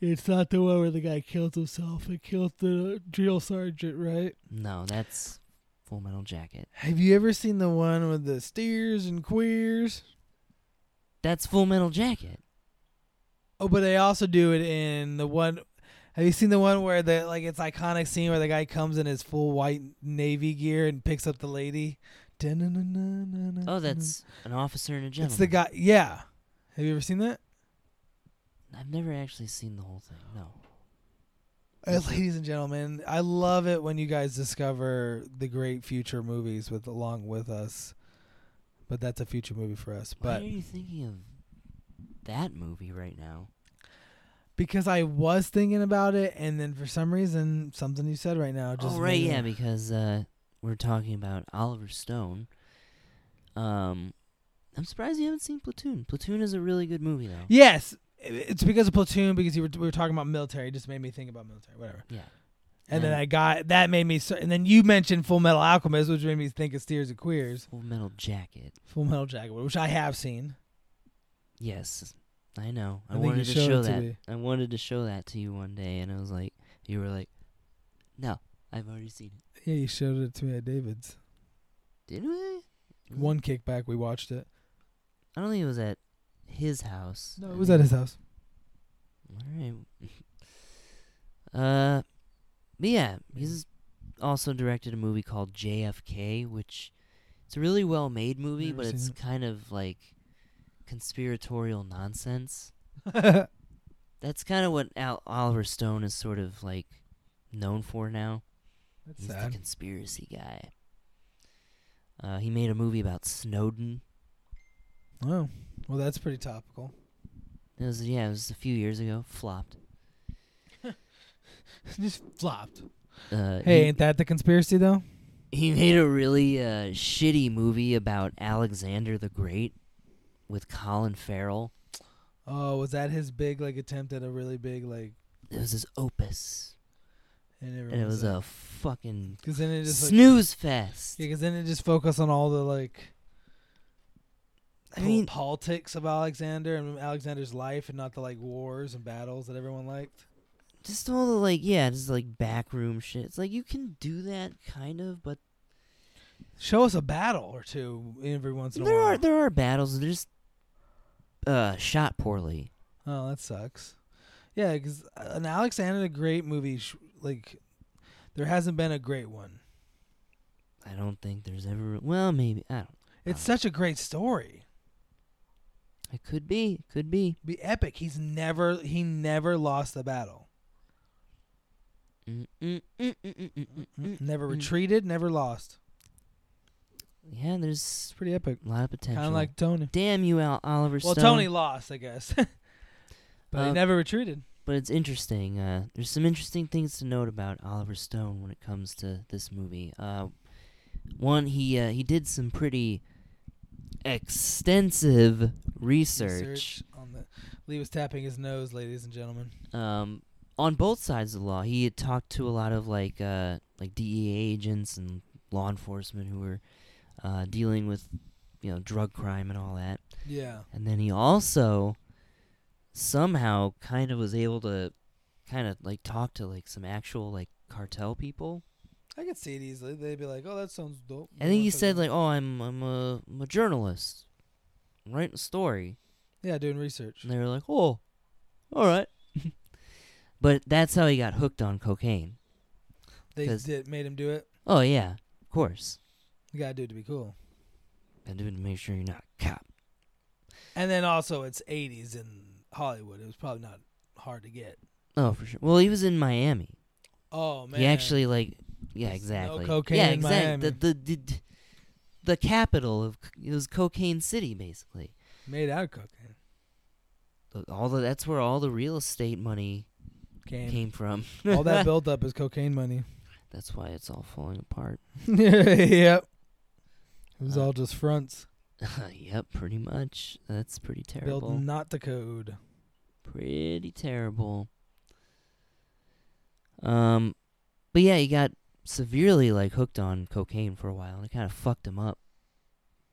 Speaker 2: It's not the one where the guy killed himself and killed the drill sergeant, right?
Speaker 1: No, that's Full Metal Jacket.
Speaker 2: Have you ever seen the one with the steers and queers?
Speaker 1: That's Full Metal Jacket.
Speaker 2: Oh, but they also do it in the one. Have you seen the one where the like it's iconic scene where the guy comes in his full white navy gear and picks up the lady?
Speaker 1: Oh, that's an officer and a gentleman.
Speaker 2: Mm-hmm. it's the guy. Yeah, have you ever seen that?
Speaker 1: I've never actually seen the whole thing. No.
Speaker 2: Uh, ladies and gentlemen, I love it when you guys discover the great future movies with along with us. But that's a future movie for us.
Speaker 1: Why
Speaker 2: But
Speaker 1: are you thinking of that movie right now?
Speaker 2: because I was thinking about it, and then for some reason, something you said right now just
Speaker 1: oh right,
Speaker 2: made it-
Speaker 1: yeah, because uh, we're talking about Oliver Stone. Um, I'm surprised you haven't seen Platoon. Platoon is a really good movie, though.
Speaker 2: Yes, i- it's because of platoon. Because you were, we were talking about military, it just made me think about military, whatever.
Speaker 1: Yeah.
Speaker 2: And then
Speaker 1: Yeah.
Speaker 2: I got that made me. so- And then you mentioned Full Metal Alchemist, which made me think of Steers and Queers,
Speaker 1: Full Metal Jacket.
Speaker 2: Full Metal Jacket, which I have seen.
Speaker 1: Yes, I know.
Speaker 2: I
Speaker 1: I,
Speaker 2: think you
Speaker 1: wanted to
Speaker 2: showed
Speaker 1: show
Speaker 2: it to
Speaker 1: that.
Speaker 2: me.
Speaker 1: I wanted to show that to you one day, and I was like, you were like, no, I've already seen it.
Speaker 2: Yeah, you showed it to me at David's.
Speaker 1: Did we?
Speaker 2: One kickback, we watched it.
Speaker 1: I don't think it was at his house.
Speaker 2: No,
Speaker 1: I
Speaker 2: it was
Speaker 1: think-
Speaker 2: at his house.
Speaker 1: All right. Uh, but yeah, he's also directed a movie called JFK, which it's a really well made movie,
Speaker 2: Never
Speaker 1: but
Speaker 2: seen
Speaker 1: it's
Speaker 2: it.
Speaker 1: kind of like conspiratorial nonsense. That's kind of what Al- Oliver Stone is sort of like known for now.
Speaker 2: That's
Speaker 1: He's
Speaker 2: sad.
Speaker 1: the conspiracy guy. Uh, he made a movie about Snowden.
Speaker 2: Oh, well, that's pretty topical.
Speaker 1: It was yeah, it was a few years ago. Flopped.
Speaker 2: just flopped.
Speaker 1: Uh,
Speaker 2: Hey,
Speaker 1: he-
Speaker 2: ain't that the conspiracy though?
Speaker 1: He made a really uh, shitty movie about Alexander the Great with Colin Farrell.
Speaker 2: Oh, was that his big like attempt at a really big like?
Speaker 1: It was his opus,
Speaker 2: And,
Speaker 1: and it was a fucking
Speaker 2: because then it just like,
Speaker 1: snooze fest.
Speaker 2: Yeah, because then it just focused on all the like.
Speaker 1: I
Speaker 2: pol-
Speaker 1: mean-
Speaker 2: politics of Alexander and Alexander's life, and not the like wars and battles that everyone liked.
Speaker 1: Just all the like, yeah, just like backroom shit. It's like you can do that kind of, but
Speaker 2: Show us a battle or two every once in a
Speaker 1: there
Speaker 2: while.
Speaker 1: are there are battles. They're just uh, shot poorly.
Speaker 2: oh, that sucks. Yeah, because an Alexander the Great movie, sh- like, there hasn't been a great one.
Speaker 1: I don't think there's ever. Well, maybe I don't.
Speaker 2: It's
Speaker 1: Wow.
Speaker 2: such a great story.
Speaker 1: It could be. Could be.
Speaker 2: Be epic. He's never he never lost a battle.
Speaker 1: Mm, mm, mm, mm, mm, mm, mm, mm.
Speaker 2: Never
Speaker 1: mm.
Speaker 2: retreated. Never lost.
Speaker 1: Yeah, there's
Speaker 2: It's pretty epic.
Speaker 1: a lot of potential.
Speaker 2: Kind of like Tony.
Speaker 1: Damn you, Al- Oliver
Speaker 2: Well,
Speaker 1: Stone.
Speaker 2: Tony lost, I guess. but he
Speaker 1: Uh,
Speaker 2: never retreated.
Speaker 1: But it's interesting. Uh, there's some interesting things to note about Oliver Stone when it comes to this movie. Uh, one, he uh, he did some pretty extensive research,
Speaker 2: on the. Lee was tapping his nose, ladies and gentlemen.
Speaker 1: um, on both sides of the law. He had talked to a lot of like uh, like DEA agents and law enforcement who were uh, dealing with you know drug crime and all that.
Speaker 2: Yeah.
Speaker 1: And then he also somehow kind of was able to kind of like talk to like some actual like cartel people.
Speaker 2: I could see it easily. They'd be like, "Oh, that sounds dope."
Speaker 1: I think he said like, "Oh, I'm I'm a, I'm a journalist, I'm writing a story,"
Speaker 2: "Yeah, doing research."
Speaker 1: and they were like, "Oh, all right." But that's how he got hooked on cocaine.
Speaker 2: They
Speaker 1: 'Cause-
Speaker 2: did made him do it.
Speaker 1: Oh yeah, of course.
Speaker 2: You gotta do it to be cool.
Speaker 1: Gotta do it to make sure you're not a cop.
Speaker 2: And then also, it's '80s in Hollywood. It was probably not hard to get.
Speaker 1: Oh, for sure. Well, he was in Miami.
Speaker 2: Oh man,
Speaker 1: He actually like, yeah,
Speaker 2: There's no
Speaker 1: exactly.
Speaker 2: cocaine
Speaker 1: yeah,
Speaker 2: in
Speaker 1: exact-
Speaker 2: Miami.
Speaker 1: The, the the the capital of c- it was Cocaine City, basically.
Speaker 2: made out of cocaine.
Speaker 1: The- All the that's where all the real estate money
Speaker 2: Came.
Speaker 1: came from.
Speaker 2: All that built up is cocaine money.
Speaker 1: that's why it's all falling apart.
Speaker 2: yep. It was
Speaker 1: Uh,
Speaker 2: all just fronts.
Speaker 1: yep, pretty much. That's pretty terrible.
Speaker 2: Built not to code.
Speaker 1: pretty terrible. Um, but yeah, he got severely like hooked on cocaine for a while, and it kind of fucked him up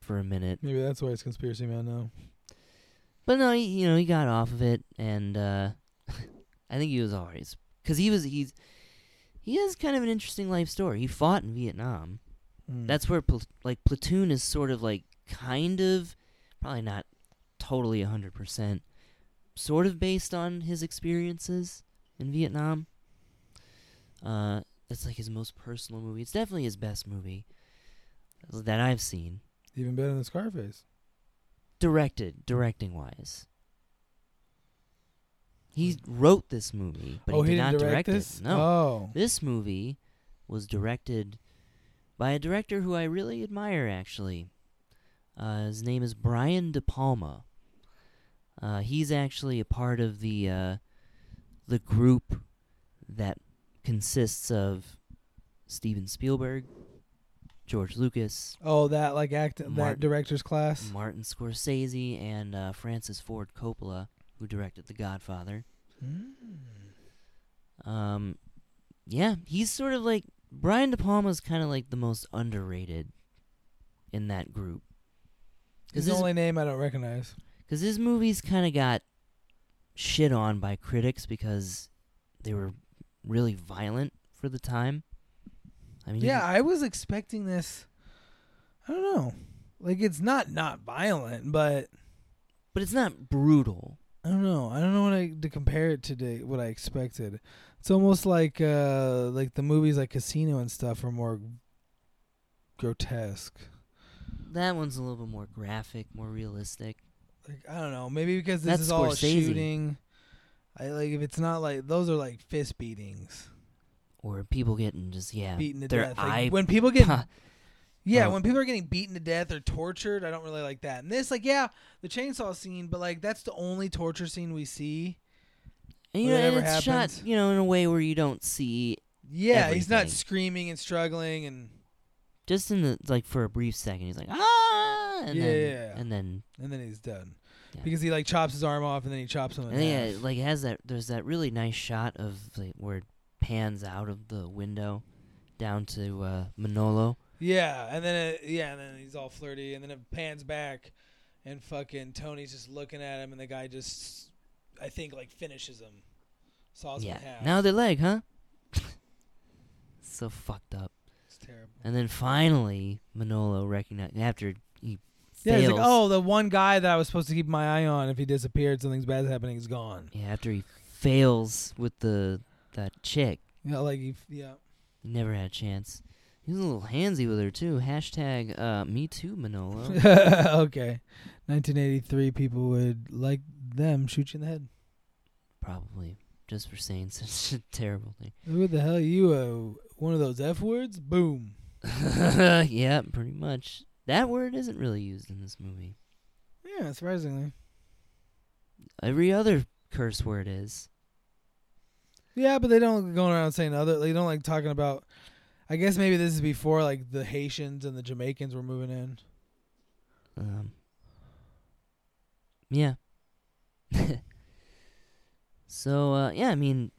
Speaker 1: for a minute.
Speaker 2: Maybe that's why it's conspiracy man now.
Speaker 1: But no, he, you know, he got off of it, and uh, I think he was always because he was he's he has kind of an interesting life story. He fought in Vietnam.
Speaker 2: Mm.
Speaker 1: That's where pl- like platoon is sort of like kind of probably not totally hundred percent, sort of based on his experiences in Vietnam. Uh, it's like his most personal movie. It's definitely his best movie uh, that I've seen,
Speaker 2: even better than Scarface.
Speaker 1: directed directing wise. He wrote this movie, but
Speaker 2: Hmm. oh,
Speaker 1: he did
Speaker 2: he
Speaker 1: not
Speaker 2: didn't
Speaker 1: direct,
Speaker 2: this.
Speaker 1: it. No,
Speaker 2: Oh,
Speaker 1: this movie was directed by a director who I really admire, actually. Uh, his name is Brian De Palma. Uh, he's actually a part of the uh, the group that consists of Steven Spielberg, George Lucas,
Speaker 2: oh, that like act that
Speaker 1: Martin-
Speaker 2: director's class.
Speaker 1: Martin Scorsese, and uh, Francis Ford Coppola, who directed The Godfather.
Speaker 2: Hmm.
Speaker 1: Um, yeah, he's sort of like Brian De Palma's kind of like the most underrated in that group
Speaker 2: His
Speaker 1: because his,
Speaker 2: only name I don't recognize.
Speaker 1: 'cause his movies kind of got shit on by critics because they were really violent for the time. I mean, you
Speaker 2: Yeah,
Speaker 1: can-
Speaker 2: I was expecting this. I don't know. Like it's not not violent, but
Speaker 1: but it's not brutal.
Speaker 2: I don't know. I don't know what I to compare it to the- what I expected. It's almost like uh like the movies like Casino and stuff are more grotesque.
Speaker 1: That one's a little bit more graphic, more realistic.
Speaker 2: Like I don't know. Maybe because this
Speaker 1: That's
Speaker 2: is all
Speaker 1: Scorsese.
Speaker 2: shooting. I like if it's not like those are like fist beatings,
Speaker 1: Or people getting just yeah,
Speaker 2: beaten to
Speaker 1: their
Speaker 2: death. Like,
Speaker 1: eye
Speaker 2: when people get
Speaker 1: pop-
Speaker 2: Yeah,
Speaker 1: Oh.
Speaker 2: when people are getting beaten to death or tortured, I don't really like that. And this, like, yeah, the chainsaw scene, but like that's the only torture scene we see.
Speaker 1: and, you know,
Speaker 2: when it
Speaker 1: and
Speaker 2: ever
Speaker 1: it's shot
Speaker 2: happens.
Speaker 1: you know in a way where you don't see
Speaker 2: Yeah, he's not
Speaker 1: Everything.
Speaker 2: screaming and struggling, and
Speaker 1: just in the like for a brief second he's like ah and
Speaker 2: Yeah.
Speaker 1: then and then
Speaker 2: and then he's done
Speaker 1: Yeah.
Speaker 2: because he like chops his arm off and then he chops him. In
Speaker 1: and then, yeah
Speaker 2: half.
Speaker 1: like it has that there's that really nice shot of like where it pans out of the window down to uh Manolo
Speaker 2: yeah, and then it, yeah, and then he's all flirty, and then it pans back, and fucking Tony's just looking at him, and the guy just, I think, like finishes him, saws
Speaker 1: yeah
Speaker 2: him in half.
Speaker 1: now the leg huh so fucked up
Speaker 2: it's terrible.
Speaker 1: and then finally Manolo recognized after he
Speaker 2: Yeah,
Speaker 1: fails
Speaker 2: it's like, oh, the one guy that I was supposed to keep my eye on, if he disappeared, something's bad happening, he's gone.
Speaker 1: yeah after he fails with the that chick
Speaker 2: Yeah, like, he, yeah.
Speaker 1: he never had a chance he was a little handsy with her too hashtag uh me too Manolo
Speaker 2: okay. 1983, people would like them shoot you in the head.
Speaker 1: Probably. Just for saying such a terrible thing.
Speaker 2: Who the hell you? Uh, one of those F words? Boom.
Speaker 1: yeah, pretty much. That word isn't really used in this movie.
Speaker 2: Yeah, surprisingly.
Speaker 1: Every other curse word is.
Speaker 2: Yeah, but they don't go around saying other. They don't like talking about. I guess maybe this is before like the Haitians and the Jamaicans were moving in.
Speaker 1: Um, yeah. so, uh, yeah, I mean,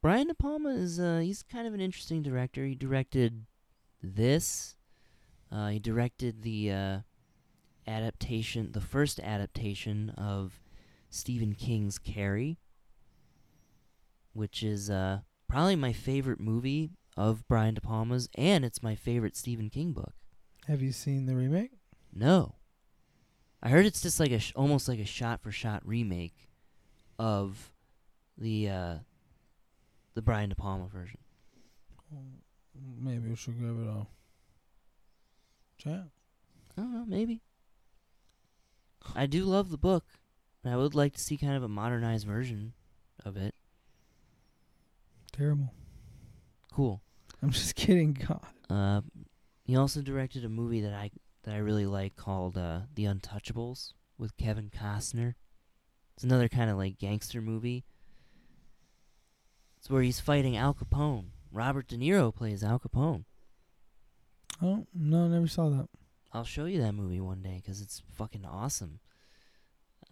Speaker 1: Brian De Palma is, uh, he's kind of an interesting director. He directed this. Uh, he directed the, uh, adaptation, the first adaptation of Stephen King's Carrie, which is, uh, probably my favorite movie of Brian De Palma's, and it's my favorite Stephen King book.
Speaker 2: Have you seen the remake?
Speaker 1: No. I heard it's just like a sh- almost like a shot for shot remake of the uh the Brian De Palma version.
Speaker 2: Maybe we should give it a chance.
Speaker 1: I don't know, maybe. I do love the book, and I would like to see kind of a modernized version of it.
Speaker 2: Terrible.
Speaker 1: Cool.
Speaker 2: I'm just kidding. God.
Speaker 1: Uh, he also directed a movie that I that I really like called uh, The Untouchables with Kevin Costner. It's another kind of like gangster movie. It's where he's fighting Al Capone. Robert De Niro plays Al Capone.
Speaker 2: Oh no, I never saw that.
Speaker 1: I'll show you that movie one day because it's fucking awesome.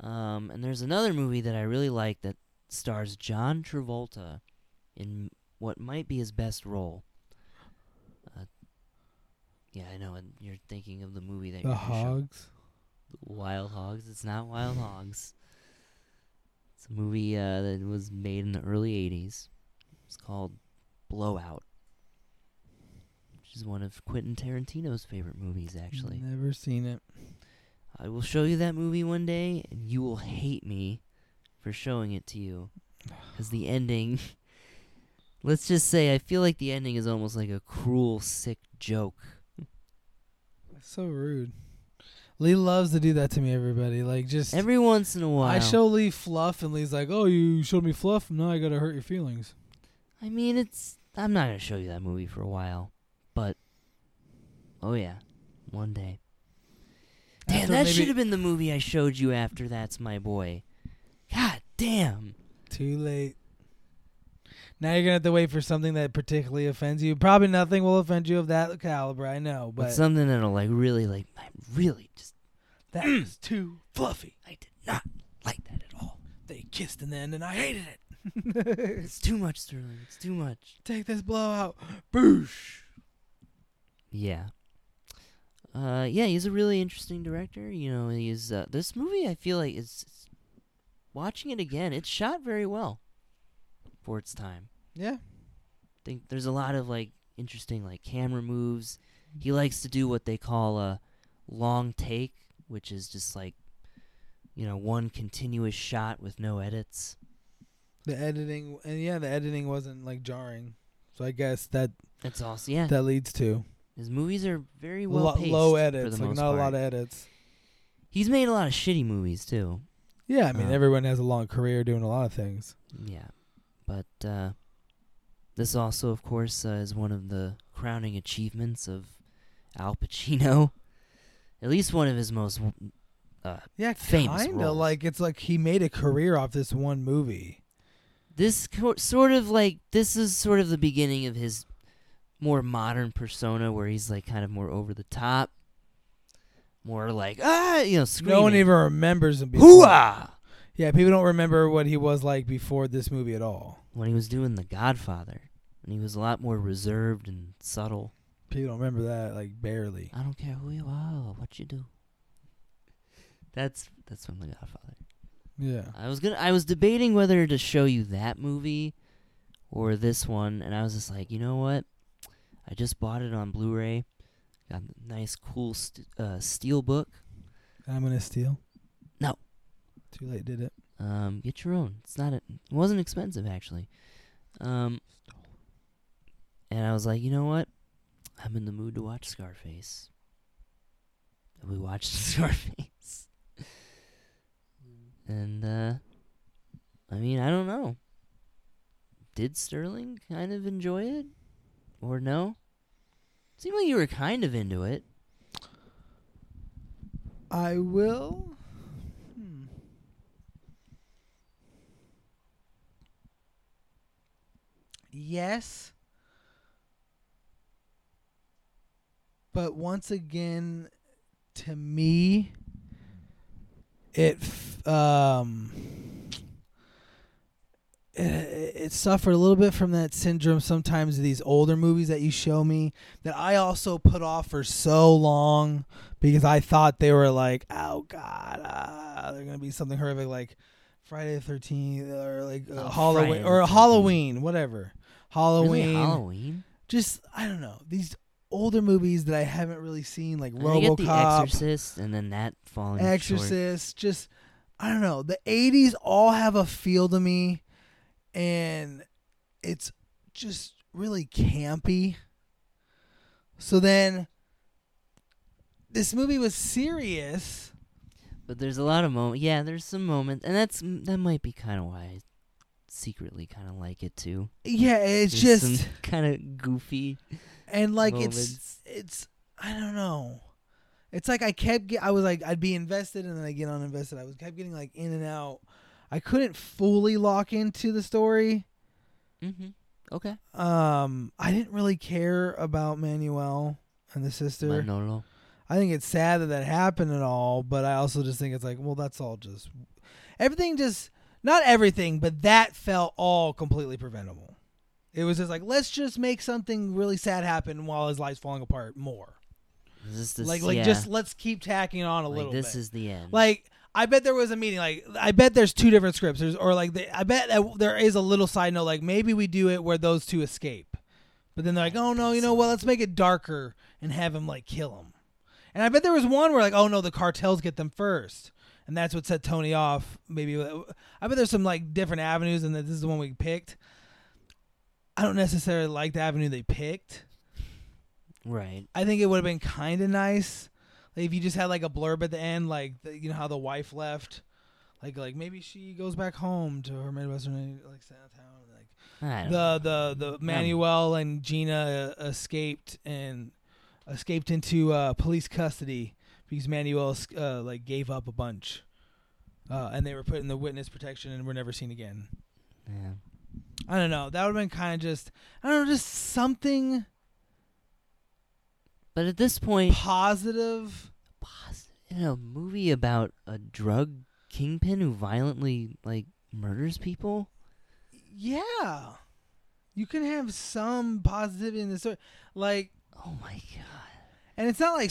Speaker 1: Um, and there's another movie that I really like that stars John Travolta in what might be his best role. Uh, yeah, I know. And you're thinking of the movie that
Speaker 2: The
Speaker 1: you're gonna show-
Speaker 2: Hogs.
Speaker 1: Wild Hogs. It's not Wild Hogs. It's a movie uh, that was made in the early 80s. It's called Blowout, which is one of Quentin Tarantino's favorite movies, actually.
Speaker 2: Never seen it.
Speaker 1: I will show you that movie one day, and you will hate me for showing it to you. Because the ending. Let's just say I feel like the ending is almost like a cruel, sick joke.
Speaker 2: That's so rude. Lee loves to do that to me. Everybody like just.
Speaker 1: Every once in a while.
Speaker 2: I show Lee fluff, and Lee's like, "Oh, you showed me fluff. Now I gotta hurt your feelings."
Speaker 1: I mean, it's. I'm not gonna show you that movie for a while, but. Oh yeah, one day. Damn,
Speaker 2: After
Speaker 1: that
Speaker 2: maybe
Speaker 1: should have been the movie I showed you after That's My Boy. God damn.
Speaker 2: Too late. Now you're gonna have to wait for something that particularly offends you. Probably nothing will offend you of that caliber. I know,
Speaker 1: But
Speaker 2: but
Speaker 1: something that'll like really like I really just
Speaker 2: that was too fluffy.
Speaker 1: I did not like that at all.
Speaker 2: They kissed in the end, and I hated it.
Speaker 1: It's too much, Sterling. It's too much.
Speaker 2: Take this blowout, boosh.
Speaker 1: Yeah. Uh, yeah, he's a really interesting director. You know, he's uh, this movie. I feel like is is- watching it again. It's shot very well for its time.
Speaker 2: Yeah,
Speaker 1: think there's a lot of like interesting like camera moves. He likes to do what they call a long take, which is just like you know one continuous shot with no edits.
Speaker 2: the editing, and yeah, the editing wasn't like jarring. So I guess that
Speaker 1: That's also yeah.
Speaker 2: that leads to
Speaker 1: His movies are very well
Speaker 2: lo-
Speaker 1: paced.
Speaker 2: low
Speaker 1: for the
Speaker 2: edits, like
Speaker 1: most
Speaker 2: not a lot
Speaker 1: part.
Speaker 2: of edits.
Speaker 1: He's made a lot of shitty movies too.
Speaker 2: Yeah, I mean
Speaker 1: Uh.
Speaker 2: everyone has a long career doing a lot of things.
Speaker 1: Yeah, but uh, this also, of course, uh, is one of the crowning achievements of Al Pacino. At least one of his most w- uh,
Speaker 2: Yeah,
Speaker 1: Famous
Speaker 2: kinda
Speaker 1: roles.
Speaker 2: like it's like he made a career off this one movie.
Speaker 1: this co- sort of like this is sort of the beginning of his more modern persona where he's like kind of more over the top more like ah you know screaming
Speaker 2: No one even remembers him. Before.
Speaker 1: hooah
Speaker 2: Yeah, people don't remember what he was like before this movie at all.
Speaker 1: when he was doing the godfather and he was a lot more reserved and subtle
Speaker 2: People don't remember that like barely.
Speaker 1: i don't care who you are or what you do that's that's from the godfather
Speaker 2: Yeah,
Speaker 1: i was gonna i was debating whether to show you that movie or this one and i was just like you know what i just bought it on blu-ray got a nice cool st- uh, steel book
Speaker 2: I'm gonna steal.
Speaker 1: No.
Speaker 2: Too late, did it?
Speaker 1: um, get your own it's not a, it wasn't expensive actually um, and i was like you know what i'm in the mood to watch scarface and we watched scarface and uh, i mean i don't know did sterling kind of enjoy it or no seemed like you were kind of into it
Speaker 2: I will. Hmm. Yes. But once again, to me, it f- um it, it suffered a little bit from that syndrome sometimes of these older movies that you show me that I also put off for so long because I thought they were like, oh god, uh, they're gonna be something horrific like Friday the Thirteenth or like uh,
Speaker 1: Oh, Friday
Speaker 2: Halloween
Speaker 1: the
Speaker 2: or
Speaker 1: 13th.
Speaker 2: Halloween, whatever.
Speaker 1: Really,
Speaker 2: Halloween,
Speaker 1: halloween
Speaker 2: just I don't know these older movies that I haven't really seen like
Speaker 1: I get the
Speaker 2: RoboCop,
Speaker 1: Exorcist, and then that falling short.
Speaker 2: Exorcist. Just I don't know. The '80s all have a feel to me, and it's just really campy. So then this movie was serious.
Speaker 1: But there's a lot of moments. Yeah, there's some moments, and that's mm, that might be kind of why I secretly kind of like it too.
Speaker 2: Yeah, it's
Speaker 1: There's
Speaker 2: just
Speaker 1: some kind of goofy.
Speaker 2: and like
Speaker 1: moments.
Speaker 2: it's it's I don't know. It's like I kept get, I was like I'd be invested and then I get uninvested. I was kept getting like in and out. I couldn't fully lock into the story.
Speaker 1: Mm-hmm. Okay.
Speaker 2: Um, I didn't really care about Manuel and the sister.
Speaker 1: Manolo.
Speaker 2: I think it's sad that that happened at all, but I also just think it's like, well, that's all just everything just not everything, but that felt all completely preventable. It was just like let's just make something really sad happen while his life's falling apart more.
Speaker 1: Is this this?
Speaker 2: like like
Speaker 1: yeah.
Speaker 2: just let's keep tacking on a
Speaker 1: Like,
Speaker 2: little
Speaker 1: this
Speaker 2: bit.
Speaker 1: is the end.
Speaker 2: like I bet there was a meeting. Like I bet there's two different scripts. There's, or like they, I bet that there is a little side note. Like maybe we do it where those two escape, but then they're like,
Speaker 1: I don't
Speaker 2: oh no,
Speaker 1: think
Speaker 2: you know
Speaker 1: so.
Speaker 2: what? Let's make it darker and have him like kill him. And I bet there was one where like, oh no, the cartels get them first, and that's what set Tony off. Maybe uh, I bet there's some like different avenues, and that this is the one we picked. I don't necessarily like the avenue they picked.
Speaker 1: right.
Speaker 2: I think it would have been kind of nice like, if you just had like a blurb at the end, like the, you know how the wife left, like like maybe she goes back home to her Midwestern like town. Like
Speaker 1: I don't know.
Speaker 2: the the the Manuel and Gina uh, escaped and escaped into uh, police custody because Manuel uh, like gave up a bunch, uh, and they were put in the witness protection and were never seen again.
Speaker 1: Yeah.
Speaker 2: I don't know. That would have been kind of just I don't know, just something
Speaker 1: But at this point,
Speaker 2: positive.
Speaker 1: pos- in a movie about a drug kingpin who violently like murders people.
Speaker 2: Yeah. You can have some positivity in the story. Like,
Speaker 1: Oh my god!
Speaker 2: and it's not like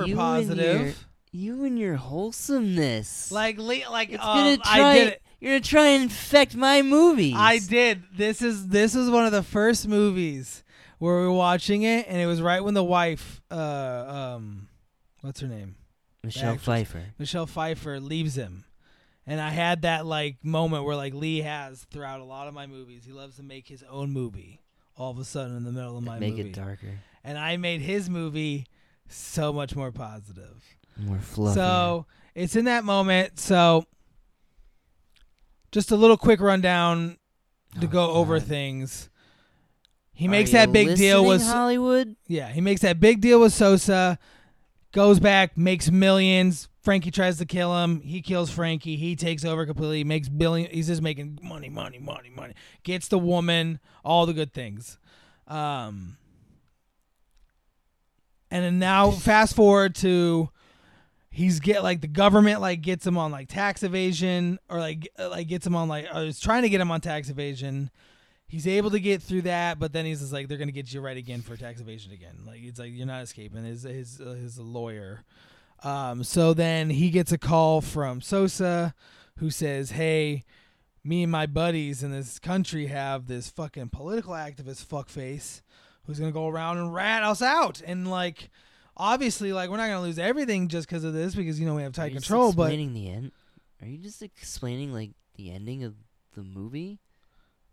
Speaker 1: You and your-
Speaker 2: positive.
Speaker 1: You and your wholesomeness.
Speaker 2: Like, le- like
Speaker 1: it's
Speaker 2: um,
Speaker 1: gonna try.
Speaker 2: I did it.
Speaker 1: You're gonna try and infect my movies.
Speaker 2: I did. This is this is one of the first movies where we were watching it, and it was right when the wife, uh, um, what's her name,
Speaker 1: Michelle
Speaker 2: actress.
Speaker 1: Pfeiffer.
Speaker 2: Michelle Pfeiffer, leaves him. And I had that like moment where like Lee has throughout a lot of my movies. He loves to make his own movie. All of a sudden, in the middle of my
Speaker 1: Make
Speaker 2: movie,
Speaker 1: it darker,
Speaker 2: and I made his movie so much more positive.
Speaker 1: more fluffy.
Speaker 2: So it's in that moment. So just a little quick rundown to
Speaker 1: Oh,
Speaker 2: go over
Speaker 1: God.
Speaker 2: things. He
Speaker 1: Are
Speaker 2: makes
Speaker 1: you
Speaker 2: that big deal
Speaker 1: listening,
Speaker 2: with
Speaker 1: Hollywood.
Speaker 2: yeah. He makes that big deal with Sosa. Goes back, makes millions. Frankie tries to kill him. He kills Frankie. He takes over completely. Makes billion. He's just making money, money, money, money. Gets the woman. All the good things. Um. And then now, fast forward to he's get like the government like gets him on like tax evasion or like uh, like gets him on like or is trying to get him on tax evasion. He's able to get through that, but then he's just like they're gonna get you right again for tax evasion again. Like it's like you're not escaping. His his uh, his lawyer. Um, so then he gets a call from Sosa, who says, "Hey, me and my buddies in this country have this fucking political activist fuckface who's gonna go around and rat us out and like." Obviously, like we're not gonna lose everything just because of this, because you know we have
Speaker 1: Are
Speaker 2: tight
Speaker 1: you just
Speaker 2: control. But
Speaker 1: explaining the end. Are you just explaining like the ending of the movie,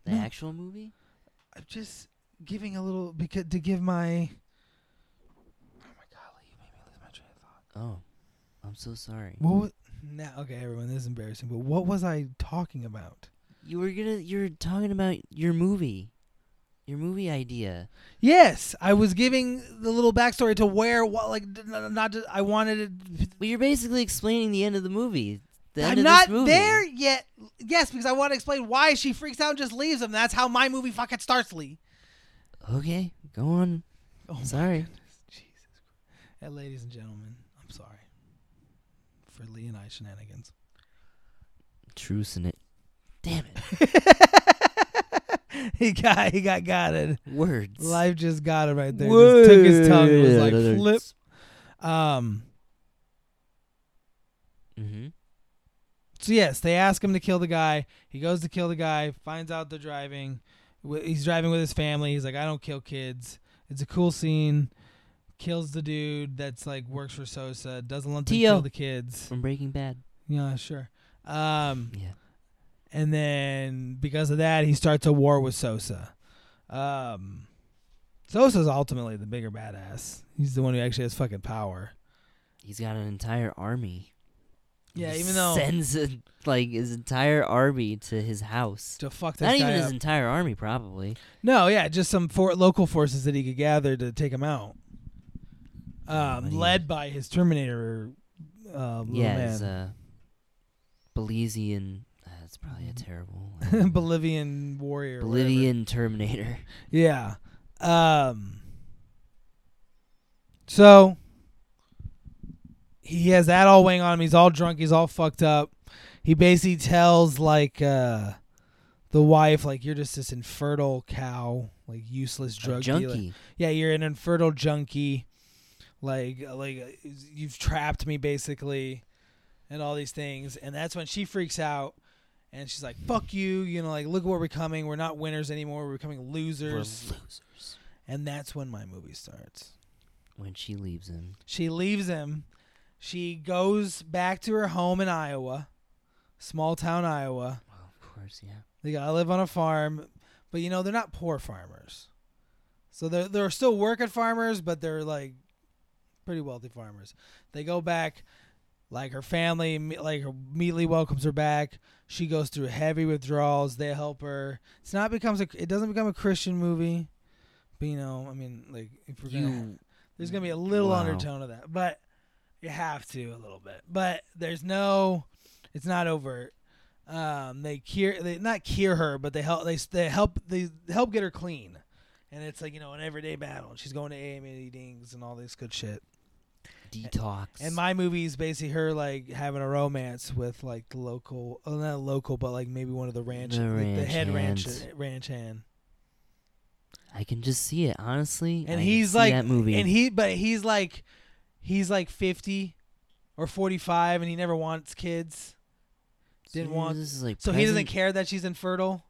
Speaker 1: the
Speaker 2: No.
Speaker 1: actual movie?
Speaker 2: I'm just giving a little because to give my. Oh my god, Lee, you made me lose my train of thought.
Speaker 1: Oh, I'm so sorry.
Speaker 2: What? Was, now, okay, everyone, this is embarrassing. But what was I talking about?
Speaker 1: You were gonna. You were talking about your movie, your movie idea.
Speaker 2: Yes, I was giving the little backstory to where what like d- n- not. To, I wanted it.
Speaker 1: Well, you're basically explaining the end of the movie. The end
Speaker 2: I'm
Speaker 1: of
Speaker 2: not
Speaker 1: this movie.
Speaker 2: there yet. Yes, because I want to explain why she freaks out and just leaves him. That's how my movie fucking starts, Lee.
Speaker 1: Okay, go on.
Speaker 2: Oh my
Speaker 1: Sorry.
Speaker 2: Jesus Christ. And ladies and gentlemen, I'm sorry for Lee and I shenanigans.
Speaker 1: Truce in it. Damn it.
Speaker 2: he got he got got it.
Speaker 1: Words.
Speaker 2: Life just got him right there. Just took his tongue. and Was like flip. Um.
Speaker 1: Mm-hmm.
Speaker 2: So yes, they ask him to kill the guy. He goes to kill the guy. Finds out they're driving. Wi- He's driving with his family. He's like, I don't kill kids. It's a cool scene. Kills the dude that's like works for Sosa. Doesn't let them
Speaker 1: Tio.
Speaker 2: kill the kids.
Speaker 1: From Breaking Bad.
Speaker 2: Yeah, sure. Um.
Speaker 1: Yeah.
Speaker 2: And then because of that, he starts a war with Sosa. Um, Sosa's ultimately the bigger badass. He's the one who actually has fucking power.
Speaker 1: He's got an entire army.
Speaker 2: Yeah,
Speaker 1: He
Speaker 2: even though
Speaker 1: sends a, like his entire army to his house.
Speaker 2: to fuck this
Speaker 1: Not
Speaker 2: guy
Speaker 1: even his
Speaker 2: up.
Speaker 1: entire army, probably.
Speaker 2: No, yeah, just some for- local forces that he could gather to take him out.
Speaker 1: Yeah,
Speaker 2: Um,
Speaker 1: but he-
Speaker 2: led by his Terminator. Uh, little
Speaker 1: yeah,
Speaker 2: man.
Speaker 1: his uh, Belizean. Uh, that's probably a terrible. I don't know.
Speaker 2: Bolivian warrior. or whatever.
Speaker 1: Bolivian Terminator.
Speaker 2: Yeah. Um. So he has that all weighing on him. He's all drunk. He's all fucked up. He basically tells like uh the wife, like you're just this infertile cow, like useless
Speaker 1: A
Speaker 2: drug dealer.
Speaker 1: junkie.
Speaker 2: Yeah, you're an infertile junkie. Like uh, like you've trapped me basically, and all these things. And that's when she freaks out. And she's like, "Fuck you!" You know, like, look at where we're coming. We're not winners anymore. We're becoming
Speaker 1: We're
Speaker 2: losers.
Speaker 1: losers.
Speaker 2: And that's when my movie starts.
Speaker 1: When she leaves him.
Speaker 2: She leaves him. She goes back to her home in Iowa, small town Iowa.
Speaker 1: Well, of course, yeah.
Speaker 2: They gotta live on a farm, but you know they're not poor farmers, so they're they're still working farmers, but they're like pretty wealthy farmers. They go back, like her family, imme- like immediately welcomes her back. She goes through heavy withdrawals. They help her. It's not becomes a it doesn't become a Christian movie, but you know I mean like if we're gonna
Speaker 1: You.
Speaker 2: there's gonna be a little
Speaker 1: Wow.
Speaker 2: undertone of that, but you have to a little bit. But there's no, it's not overt. Um, they cure, they not cure her, but they help. They they help. They help get her clean, and it's like you know an everyday battle. And she's going to AA meetings and all this good shit.
Speaker 1: Detox.
Speaker 2: And my movie is basically her like having a romance with like the local, oh, not local, but like maybe one of the ranch,
Speaker 1: The
Speaker 2: like, the
Speaker 1: ranch
Speaker 2: head ranch
Speaker 1: hands.
Speaker 2: ranch hand.
Speaker 1: I can just see it, honestly. I can
Speaker 2: and he's
Speaker 1: see
Speaker 2: like
Speaker 1: that movie.
Speaker 2: and he but he's like he's like 50 or 45 and he never wants kids didn't
Speaker 1: So
Speaker 2: want-
Speaker 1: This is like
Speaker 2: so he doesn't
Speaker 1: present-
Speaker 2: care that she's infertile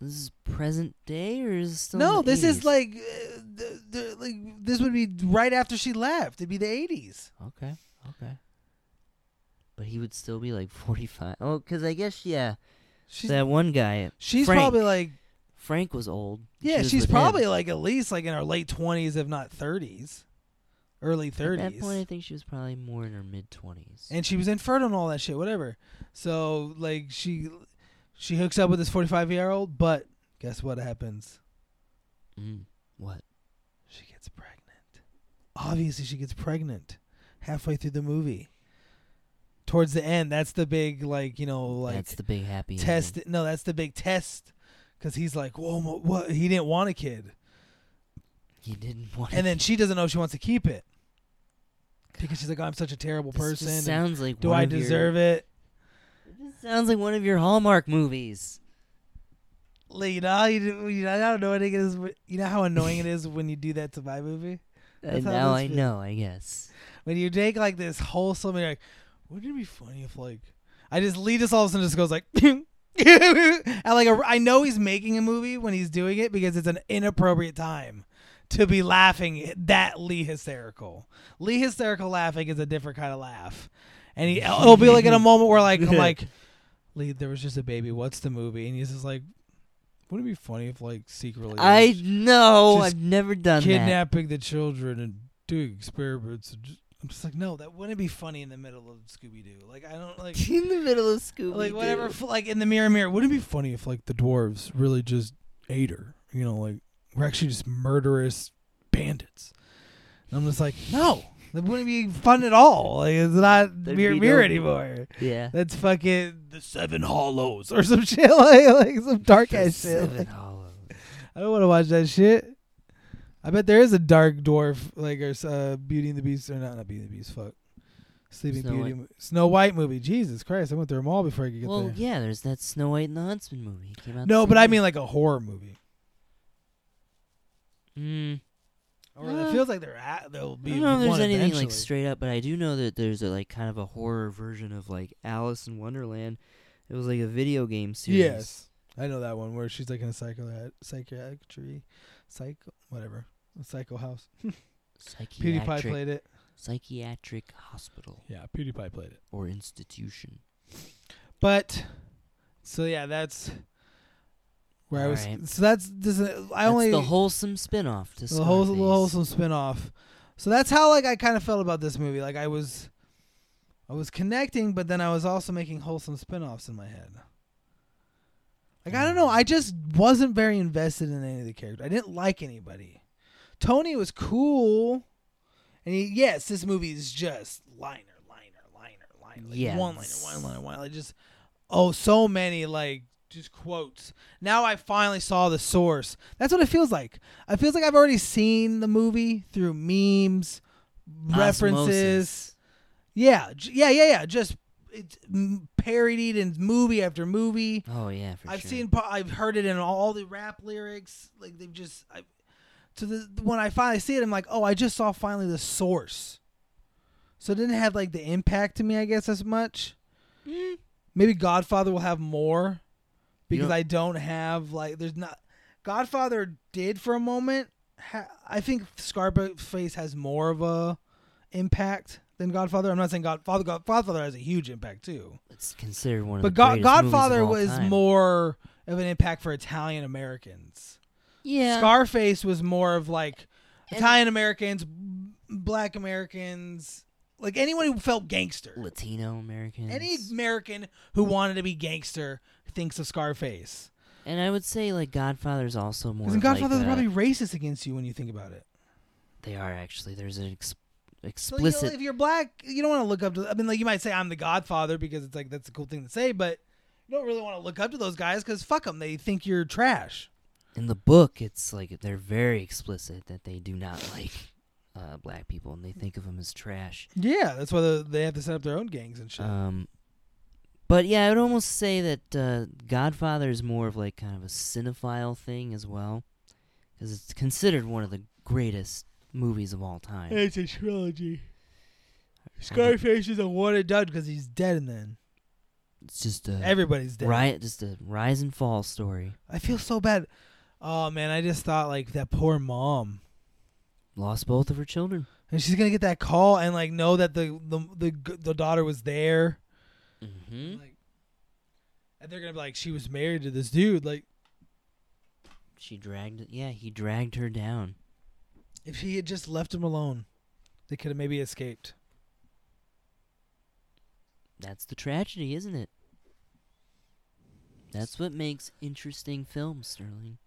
Speaker 1: This is present day, or is it still? in
Speaker 2: no
Speaker 1: the
Speaker 2: this
Speaker 1: 80s?
Speaker 2: is like, uh, the, the, like this would be right after she left it'd be the 80s
Speaker 1: Okay, okay. But he would still be like forty-five. Oh, because I guess yeah,
Speaker 2: she's,
Speaker 1: that one guy,
Speaker 2: she's
Speaker 1: Frank.
Speaker 2: probably like
Speaker 1: Frank, was old. She
Speaker 2: yeah
Speaker 1: was
Speaker 2: she's
Speaker 1: with him.
Speaker 2: probably like at least like in her late 20s if not 30s early 30s
Speaker 1: At that point, I think she was probably more in her mid twenties.
Speaker 2: and she was infertile and all that shit, whatever. So like she she hooks up with this forty five year old, but guess what happens?
Speaker 1: Mm, what?
Speaker 2: She gets pregnant. Obviously, she gets pregnant halfway through the movie. Towards the end, that's the big like you know like
Speaker 1: That's the big happy ending.
Speaker 2: test. No, that's the big test because he's like, whoa, mo- what? He didn't want a kid,
Speaker 1: He didn't want.
Speaker 2: and then she doesn't know if she wants to keep it because she's like, I'm such a terrible
Speaker 1: This
Speaker 2: person.
Speaker 1: just
Speaker 2: and
Speaker 1: sounds like.
Speaker 2: Do
Speaker 1: one
Speaker 2: I
Speaker 1: of your-
Speaker 2: deserve it?
Speaker 1: This sounds like one of your Hallmark movies.
Speaker 2: Like, you know, how you, do- you know, I don't know what it is. wh- You know how annoying it is when you do that to my movie. That's
Speaker 1: and
Speaker 2: how
Speaker 1: now
Speaker 2: this
Speaker 1: I
Speaker 2: feels.
Speaker 1: know. I guess.
Speaker 2: When you take like this wholesome, you're like, wouldn't it be funny if like I just lead us all of a sudden just goes like, and like a, I know he's making a movie when he's doing it because it's an inappropriate time to be laughing that Lee hysterical. Lee hysterical laughing is a different kind of laugh, and he, it'll be like in a moment where like I'm like, Lee, there was just a baby. What's the movie? And he's just like, wouldn't it be funny if like secretly
Speaker 1: I know.
Speaker 2: Just
Speaker 1: I've never done that.
Speaker 2: kidnapping the children and doing experiments. And just, I'm just like, no, that wouldn't be funny in the middle of Scooby Doo. Like, I don't like,
Speaker 1: in the middle of Scooby.
Speaker 2: like whatever. f- Like in the mirror, mirror, wouldn't it be funny if like the dwarves really just ate her? You know, like we're actually just murderous bandits. And I'm just like, no, that wouldn't be fun at all. Like it's not
Speaker 1: There'd
Speaker 2: mirror
Speaker 1: be
Speaker 2: mirror
Speaker 1: no-
Speaker 2: anymore.
Speaker 1: Yeah.
Speaker 2: That's fucking the Seven Hollows or some shit like, like some dark
Speaker 1: The
Speaker 2: ass shit.
Speaker 1: Seven Hollows.
Speaker 2: I don't want to watch that shit. I bet there is a dark dwarf like or uh, Beauty and the Beast or not not Beauty and the Beast. Fuck, Sleeping
Speaker 1: Snow
Speaker 2: Beauty,
Speaker 1: White.
Speaker 2: mo- Snow White movie. Jesus Christ, I went through them all before I could get
Speaker 1: Well,
Speaker 2: there.
Speaker 1: yeah, there's that Snow White and the Huntsman movie. It came out
Speaker 2: No,
Speaker 1: the
Speaker 2: but
Speaker 1: same
Speaker 2: I
Speaker 1: year.
Speaker 2: mean like a horror movie.
Speaker 1: Mm,
Speaker 2: Or
Speaker 1: Uh,
Speaker 2: it feels like they're at. There'll
Speaker 1: I
Speaker 2: be.
Speaker 1: don't know if there's
Speaker 2: one
Speaker 1: anything
Speaker 2: eventually.
Speaker 1: like straight up, but I do know that there's a like kind of a horror version of like Alice in Wonderland. It was like a video game series.
Speaker 2: Yes, I know that one where she's like in a psycho psychiatry, psycho whatever, a psycho house.
Speaker 1: Psychiatric,
Speaker 2: PewDiePie played it.
Speaker 1: psychiatric hospital
Speaker 2: Yeah, PewDiePie played it.
Speaker 1: or institution.
Speaker 2: But so yeah, that's where I was.
Speaker 1: Alright.
Speaker 2: So that's this. I
Speaker 1: That's
Speaker 2: only
Speaker 1: the wholesome spin-off to
Speaker 2: the whole the
Speaker 1: Scarface.
Speaker 2: wholesome spinoff. So that's how like I kind of felt about this movie. Like I was, I was connecting, but then I was also making wholesome spinoffs in my head. Like I don't know, I
Speaker 1: Mm.
Speaker 2: just wasn't very invested in any of the characters. I didn't like anybody. Tony was cool, and he, yes, this movie is just liner, liner, liner, liner, like
Speaker 1: Yes.
Speaker 2: one liner, one liner, one liner, just oh, so many like just quotes. Now I finally saw the source. That's what it feels like. It feels like I've already seen the movie through memes, references.
Speaker 1: Osmosis.
Speaker 2: Yeah, j- yeah, yeah, yeah. Just it's m- parodied in movie after movie.
Speaker 1: Oh yeah, for
Speaker 2: I've
Speaker 1: sure.
Speaker 2: seen, pa- I've heard it in all the rap lyrics. Like they've just, I, to the when I finally see it, I'm like, oh, I just saw finally the source. So it didn't have like the impact to me, I guess, as much. Maybe Godfather will have more,
Speaker 1: You
Speaker 2: because
Speaker 1: don't-
Speaker 2: I don't have like there's not. Godfather did for a moment. Ha- I think Scarface has more of a impact than Godfather. I'm not saying Godfather. Godfather has a huge impact too
Speaker 1: It's considered one of
Speaker 2: but
Speaker 1: the
Speaker 2: God,
Speaker 1: greatest movies of
Speaker 2: Godfather
Speaker 1: all
Speaker 2: was
Speaker 1: time.
Speaker 2: more of an impact for Italian Americans.
Speaker 1: yeah.
Speaker 2: Scarface was more of like
Speaker 1: And-
Speaker 2: Italian Americans, b- Black Americans, like anyone who felt gangster.
Speaker 1: Latino Americans.
Speaker 2: Any American who wanted to be gangster thinks of Scarface.
Speaker 1: and I would say like Godfather's also more.
Speaker 2: Because in
Speaker 1: of, like,
Speaker 2: Godfather's
Speaker 1: the-
Speaker 2: probably racist against you when you think about it.
Speaker 1: They are actually. There's an ex-
Speaker 2: So you know,
Speaker 1: explicit.
Speaker 2: if you're black, you don't want to look up to. I mean, like you might say I'm the Godfather because it's like that's a cool thing to say, but you don't really want to look up to those guys because fuck them. They think you're trash.
Speaker 1: in the book, it's like they're very explicit that they do not like uh, black people and they think of them as trash.
Speaker 2: Yeah, that's why the, they have to set up their own gangs and shit.
Speaker 1: Um, but yeah, I would almost say that uh, Godfather is more of like kind of a cinephile thing as well, because it's considered one of the greatest movies of all time.
Speaker 2: it's a trilogy.
Speaker 1: Although
Speaker 2: Scarface is a one and done because he's dead, and then
Speaker 1: It's just a
Speaker 2: everybody's dead.
Speaker 1: riot, just a rise and fall story.
Speaker 2: I feel so bad. Oh man, I just thought like that poor mom,
Speaker 1: Lost both of her children.
Speaker 2: and she's gonna get that call and like know that the the the, g- the daughter was there.
Speaker 1: Mm-hmm.
Speaker 2: Like, and they're gonna be like, she was married to this dude. Like,
Speaker 1: She dragged. Yeah, he dragged her down.
Speaker 2: if he had just left him alone, they could have maybe escaped.
Speaker 1: That's the tragedy, isn't it? That's what makes interesting films, Sterling.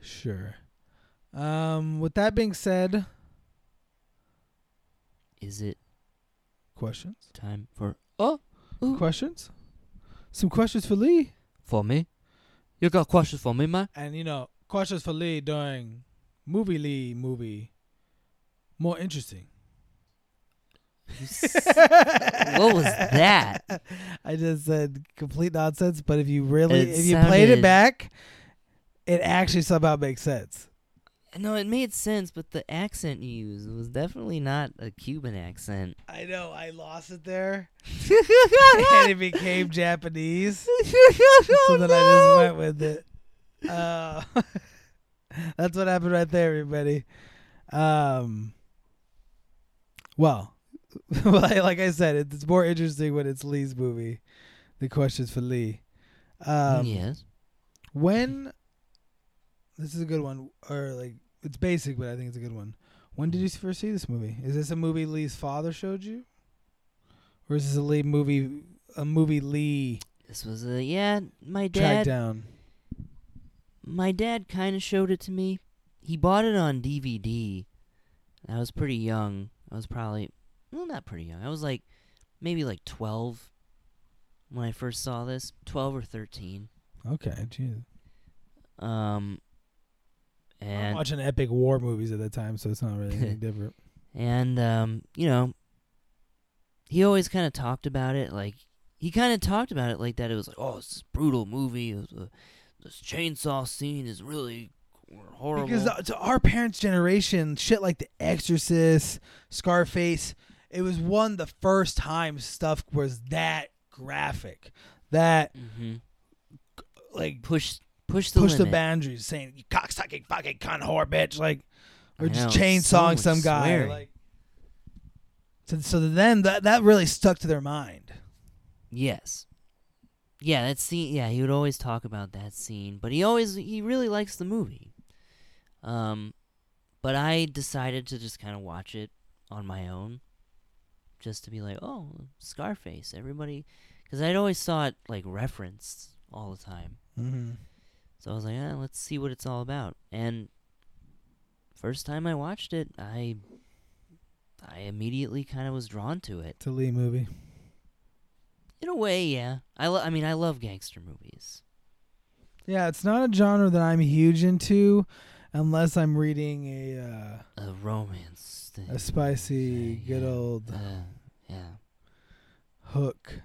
Speaker 2: Sure. Um. With that being said,
Speaker 1: Is it
Speaker 2: questions.
Speaker 1: time for Ooh.
Speaker 2: questions? Some questions for Lee.
Speaker 1: for me? You got questions for me, man?
Speaker 2: And you know, questions for Lee during movie Lee movie. More interesting.
Speaker 1: You s- what was that?
Speaker 2: I just said complete nonsense, but if you really
Speaker 1: It
Speaker 2: if you played it
Speaker 1: sounded-
Speaker 2: back, it actually somehow makes sense.
Speaker 1: No, it made sense, but the accent you used was definitely not a Cuban accent.
Speaker 2: I know, I lost it there. and it became Japanese. so then I just went with it. Uh, that's what happened right there, everybody. Um, well, like like I said, it- it's more interesting when it's Lee's movie. The questions for Lee. Um,
Speaker 1: yes.
Speaker 2: When this is a good one, or like it's basic, but I think it's a good one. When did you first see this movie? Is this a movie Lee's father showed you, or is this a Lee movie? A movie Lee
Speaker 1: This was a yeah. My
Speaker 2: tracked
Speaker 1: dad.
Speaker 2: down.
Speaker 1: my dad kind of showed it to me. He bought it on DVD. I was pretty young. I was probably, well, not pretty young. I was like, maybe like 12 when I first saw this, 12 or 13.
Speaker 2: Okay, jeez.
Speaker 1: Um,
Speaker 2: I'm
Speaker 1: and
Speaker 2: watching epic war movies at that time, so it's not really anything different.
Speaker 1: and um, you know, he always kind of talked about it like he kind of talked about it like that. It was like, oh, it's a brutal movie. It was, uh, this chainsaw scene is really horrible.
Speaker 2: Because uh, to our parents' generation, shit like The Exorcist, Scarface, it was one of the first time stuff was that graphic, that
Speaker 1: hmm
Speaker 2: like
Speaker 1: push push the
Speaker 2: push the
Speaker 1: limit.
Speaker 2: boundays, saying you cocksucking fucking cunt whore bitch, like or
Speaker 1: I
Speaker 2: just
Speaker 1: know, so
Speaker 2: chainsawing
Speaker 1: much
Speaker 2: some guy,
Speaker 1: swearing.
Speaker 2: like. So, so then that that really stuck to their mind.
Speaker 1: Yes. Yeah, that scene. Yeah, he would always talk about that scene, but he always he really likes the movie. Um, but I decided to just kind of watch it on my own, just to be like, oh, Scarface, everybody, because I'd always saw it like referenced all the time.
Speaker 2: Mm-hmm.
Speaker 1: So I was like, eh, let's see what it's all about. And first time I watched it, I I immediately kind of was drawn to it.
Speaker 2: It's a Lee movie.
Speaker 1: In a way, yeah. I lo- I mean, I love gangster movies.
Speaker 2: Yeah, it's not a genre that I'm huge into, unless I'm reading a
Speaker 1: A romance thing.
Speaker 2: uh, a spicy,
Speaker 1: Yeah,
Speaker 2: good
Speaker 1: yeah.
Speaker 2: old
Speaker 1: Uh, yeah.
Speaker 2: hook.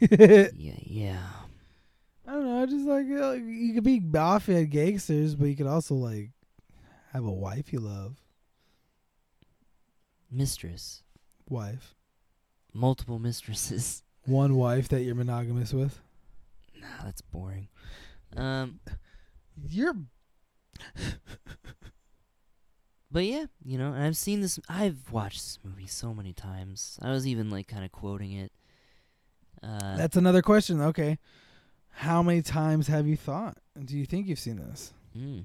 Speaker 2: I
Speaker 1: Yeah, yeah.
Speaker 2: don't know. I Just like uh, you could be mafia gangsters, but you could also like have a wife you love.
Speaker 1: Mistress.
Speaker 2: Wife,
Speaker 1: Multiple mistresses.
Speaker 2: one wife that you're monogamous with.
Speaker 1: Nah, that's boring. Um,
Speaker 2: You're
Speaker 1: but yeah, you know, and I've seen this. I've watched this movie so many times. I was even like kind of quoting it. Uh,
Speaker 2: That's another question. Okay. How many times have you thought? Do you think you've seen this?
Speaker 1: mm.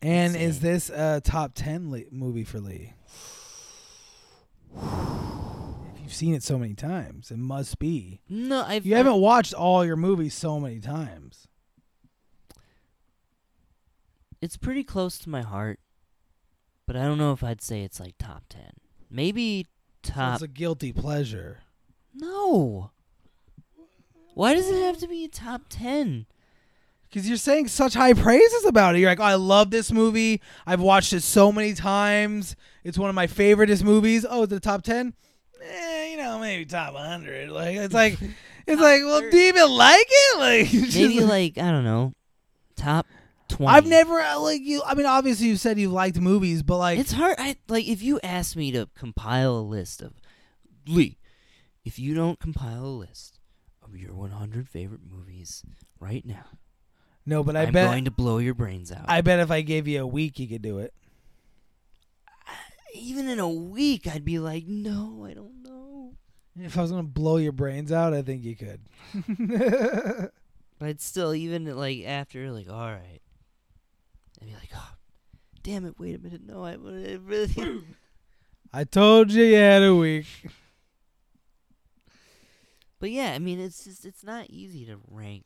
Speaker 2: And
Speaker 1: Let's
Speaker 2: is
Speaker 1: see.
Speaker 2: this a top 10 Lee, movie for Lee? If you've seen it so many times, it must be.
Speaker 1: No, I've
Speaker 2: You haven't watched all your movies so many times.
Speaker 1: It's pretty close to my heart, but I don't know if I'd say it's like top ten. Maybe
Speaker 2: So
Speaker 1: top.
Speaker 2: it's a guilty pleasure.
Speaker 1: no. Why does it have to be a top ten?
Speaker 2: Because you're saying such high praises about it. You're like, oh, I love this movie. I've watched it so many times. It's one of my favoriteest movies. Oh, the top 10? Eh, you know, maybe top 100. Like, it's like, it's like, well, do you even like it? Like, it's
Speaker 1: Maybe
Speaker 2: just-
Speaker 1: like I don't know, top twenty.
Speaker 2: I've never, uh, like, you, I mean, obviously you said you liked movies, but like,
Speaker 1: It's hard. I like if you ask me to compile a list of Lee. If you don't compile a list of your 100 favorite movies right now,
Speaker 2: no, but I
Speaker 1: am
Speaker 2: bet,
Speaker 1: going to blow your brains out.
Speaker 2: I bet if I gave you a week, you could do it.
Speaker 1: Even in a week, I'd be like, no, I don't know.
Speaker 2: If I was going to blow your brains out, I think you could.
Speaker 1: But I'd still, even like after, like, all right. I'd be like, oh, damn it, wait a minute. No, I, I really.
Speaker 2: I told you you had a week.
Speaker 1: but yeah, I mean, it's just, it's not easy to rank.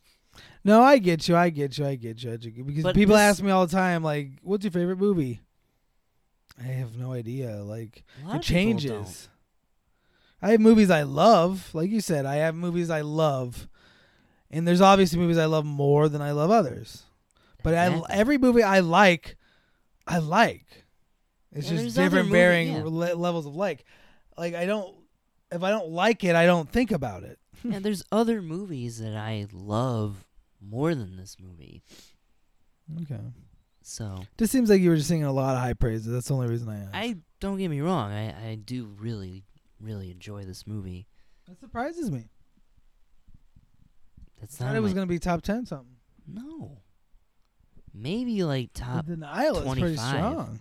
Speaker 2: No, I get you. I get you. I get you. I get you. Because
Speaker 1: But
Speaker 2: people
Speaker 1: this-
Speaker 2: ask me all the time, like, what's your favorite movie? I have no idea. Like,
Speaker 1: A lot
Speaker 2: it
Speaker 1: of people don't.
Speaker 2: changes. I have movies I love. Like you said, I have movies I love. And there's obviously movies I love more than I love others. But I,
Speaker 1: Exactly.
Speaker 2: every movie I like, I like. It's
Speaker 1: Yeah,
Speaker 2: just
Speaker 1: there's other
Speaker 2: different
Speaker 1: movie-
Speaker 2: varying
Speaker 1: yeah.
Speaker 2: le- levels of like. Like, I don't, if I don't like it, I don't think about it.
Speaker 1: yeah, there's other movies that I love more than this movie.
Speaker 2: Okay.
Speaker 1: So
Speaker 2: This seems like you were just singing a lot of high praises. That's the only reason I asked.
Speaker 1: I don't get me wrong, I, I do really, really enjoy this movie.
Speaker 2: That surprises me.
Speaker 1: That's not
Speaker 2: Thought it
Speaker 1: in
Speaker 2: was
Speaker 1: my-
Speaker 2: gonna be top ten something.
Speaker 1: no. Maybe like top
Speaker 2: the denial is pretty
Speaker 1: 25.
Speaker 2: strong.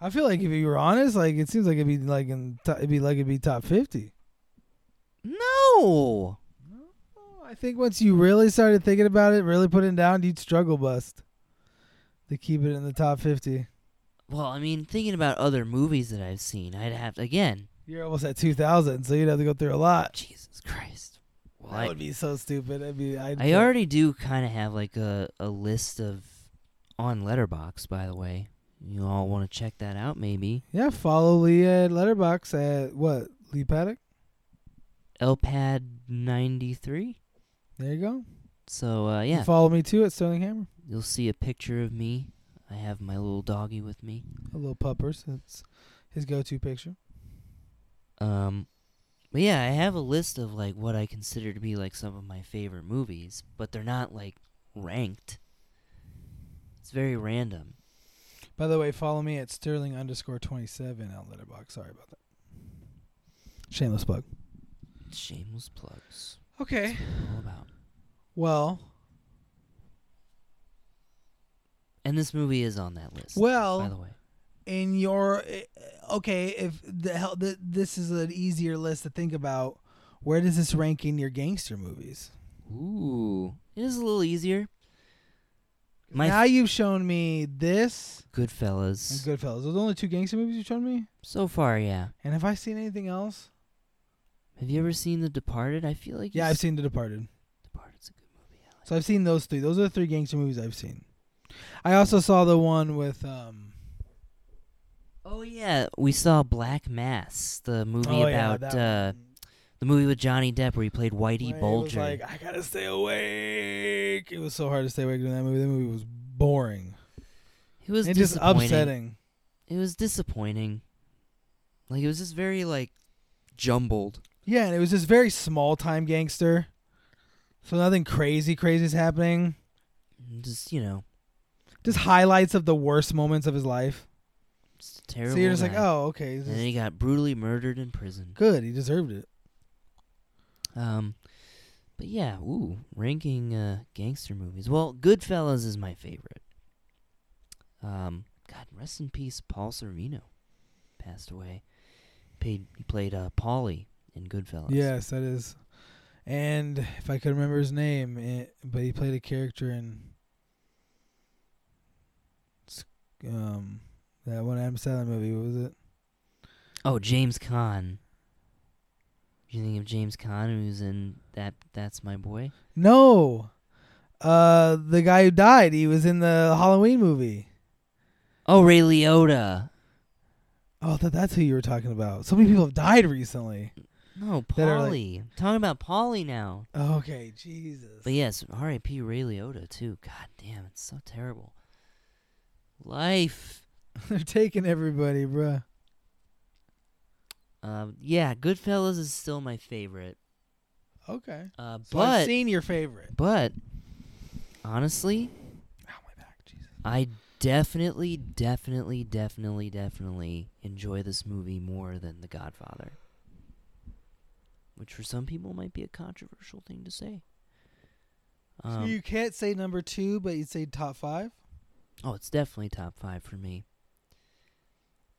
Speaker 2: I feel like if you were honest, like it seems like it'd be like in to- it'd be like it'd be top fifty.
Speaker 1: No
Speaker 2: Oh, I think once you really started thinking about it, really putting it down, you'd struggle bust to keep it in the top fifty.
Speaker 1: Well, I mean, thinking about other movies that I've seen, I'd have again.
Speaker 2: You're almost at two thousand, so you'd have to go through a lot.
Speaker 1: Jesus Christ. Well,
Speaker 2: That
Speaker 1: I,
Speaker 2: would be so stupid. I'd be. I'd
Speaker 1: I already do kind of have like a, a list of on Letterbox, by the way. You all want to check that out, maybe.
Speaker 2: Yeah, follow Lee at Letterbox at what Lee Paddock.
Speaker 1: LPAD 93.
Speaker 2: There you go.
Speaker 1: So, uh,
Speaker 2: You
Speaker 1: yeah,
Speaker 2: follow me too at Sterling Hammer.
Speaker 1: you'll see a picture of me. I have my little doggy with me.
Speaker 2: A little puppers. That's his go-to picture.
Speaker 1: Um, but yeah, I have a list of like what I consider to be like some of my favorite movies, but they're not like ranked. It's very random.
Speaker 2: By the way, follow me at Sterling underscore twenty seven at Letterbox. Sorry about that. Shameless plug.
Speaker 1: Shameless plugs.
Speaker 2: Okay.
Speaker 1: All about.
Speaker 2: Well,
Speaker 1: And this movie is on that list. by the
Speaker 2: well,
Speaker 1: way,
Speaker 2: in eh, your okay, if the hell th- this is an easier list to think about. Where does this rank in your gangster movies?
Speaker 1: Ooh, it is a little easier. My
Speaker 2: now you've shown me this and
Speaker 1: Goodfellas.
Speaker 2: Goodfellas. Those are the only two gangster movies you've shown me.
Speaker 1: So far, yeah.
Speaker 2: And have I seen anything else?
Speaker 1: Have you ever seen The Departed? I feel like you
Speaker 2: Yeah, I've
Speaker 1: s-
Speaker 2: seen The Departed.
Speaker 1: Departed's a good movie. I like.
Speaker 2: So I've seen those three. Those are the three gangster movies I've seen. I also saw the one with um
Speaker 1: Oh yeah, we saw Black Mass, the movie
Speaker 2: oh, yeah,
Speaker 1: about
Speaker 2: that
Speaker 1: uh,
Speaker 2: one.
Speaker 1: the movie with Johnny Depp where he played Whitey
Speaker 2: Where it was
Speaker 1: Bulger.
Speaker 2: like I gotta stay awake. It was so hard to stay awake during that movie. That movie was boring.
Speaker 1: it was
Speaker 2: It just
Speaker 1: disappointing.
Speaker 2: upsetting.
Speaker 1: It was disappointing. Like it was just very like jumbled.
Speaker 2: Yeah, and it was just very small time gangster. So nothing crazy crazy is happening.
Speaker 1: Just you know,
Speaker 2: Just highlights of the worst moments of his life.
Speaker 1: just a terrible.
Speaker 2: so you're just like,
Speaker 1: guy.
Speaker 2: oh, okay, this
Speaker 1: And then
Speaker 2: is
Speaker 1: he got brutally murdered in prison.
Speaker 2: good. He deserved it.
Speaker 1: Um, but yeah, ooh, ranking uh, gangster movies. Well, Goodfellas is my favorite. Um, God, rest in peace, Paul Sorvino, passed away. Paid, he played uh, Paulie in Goodfellas.
Speaker 2: Yes, that is. And if I could remember his name, it, but he played a character in s- um that one Adam Sandler movie. What was it?
Speaker 1: Oh, James Caan. You think of James Caan, who's in that? That's my boy.
Speaker 2: No, uh, the guy who died. He was in the Halloween movie.
Speaker 1: Oh, Ray Liotta.
Speaker 2: Oh, that that's who you were talking about. So many people have died recently.
Speaker 1: No,
Speaker 2: That are, like-
Speaker 1: Paulie. Talking about Paulie now.
Speaker 2: Okay, Jesus.
Speaker 1: But yes, R.I.P. Ray Liotta too. God damn, it's so terrible. Life.
Speaker 2: They're taking everybody, bruh.
Speaker 1: Um, yeah, Goodfellas is still my favorite.
Speaker 2: Okay.
Speaker 1: Uh,
Speaker 2: So I've
Speaker 1: but
Speaker 2: seen your favorite.
Speaker 1: but honestly,
Speaker 2: Oh my back, Jesus.
Speaker 1: I definitely, definitely, definitely, definitely enjoy this movie more than The Godfather. Which for some people might be a controversial thing to say.
Speaker 2: so
Speaker 1: Um,
Speaker 2: you can't say number two, but you'd say top five.
Speaker 1: oh, it's definitely top five for me.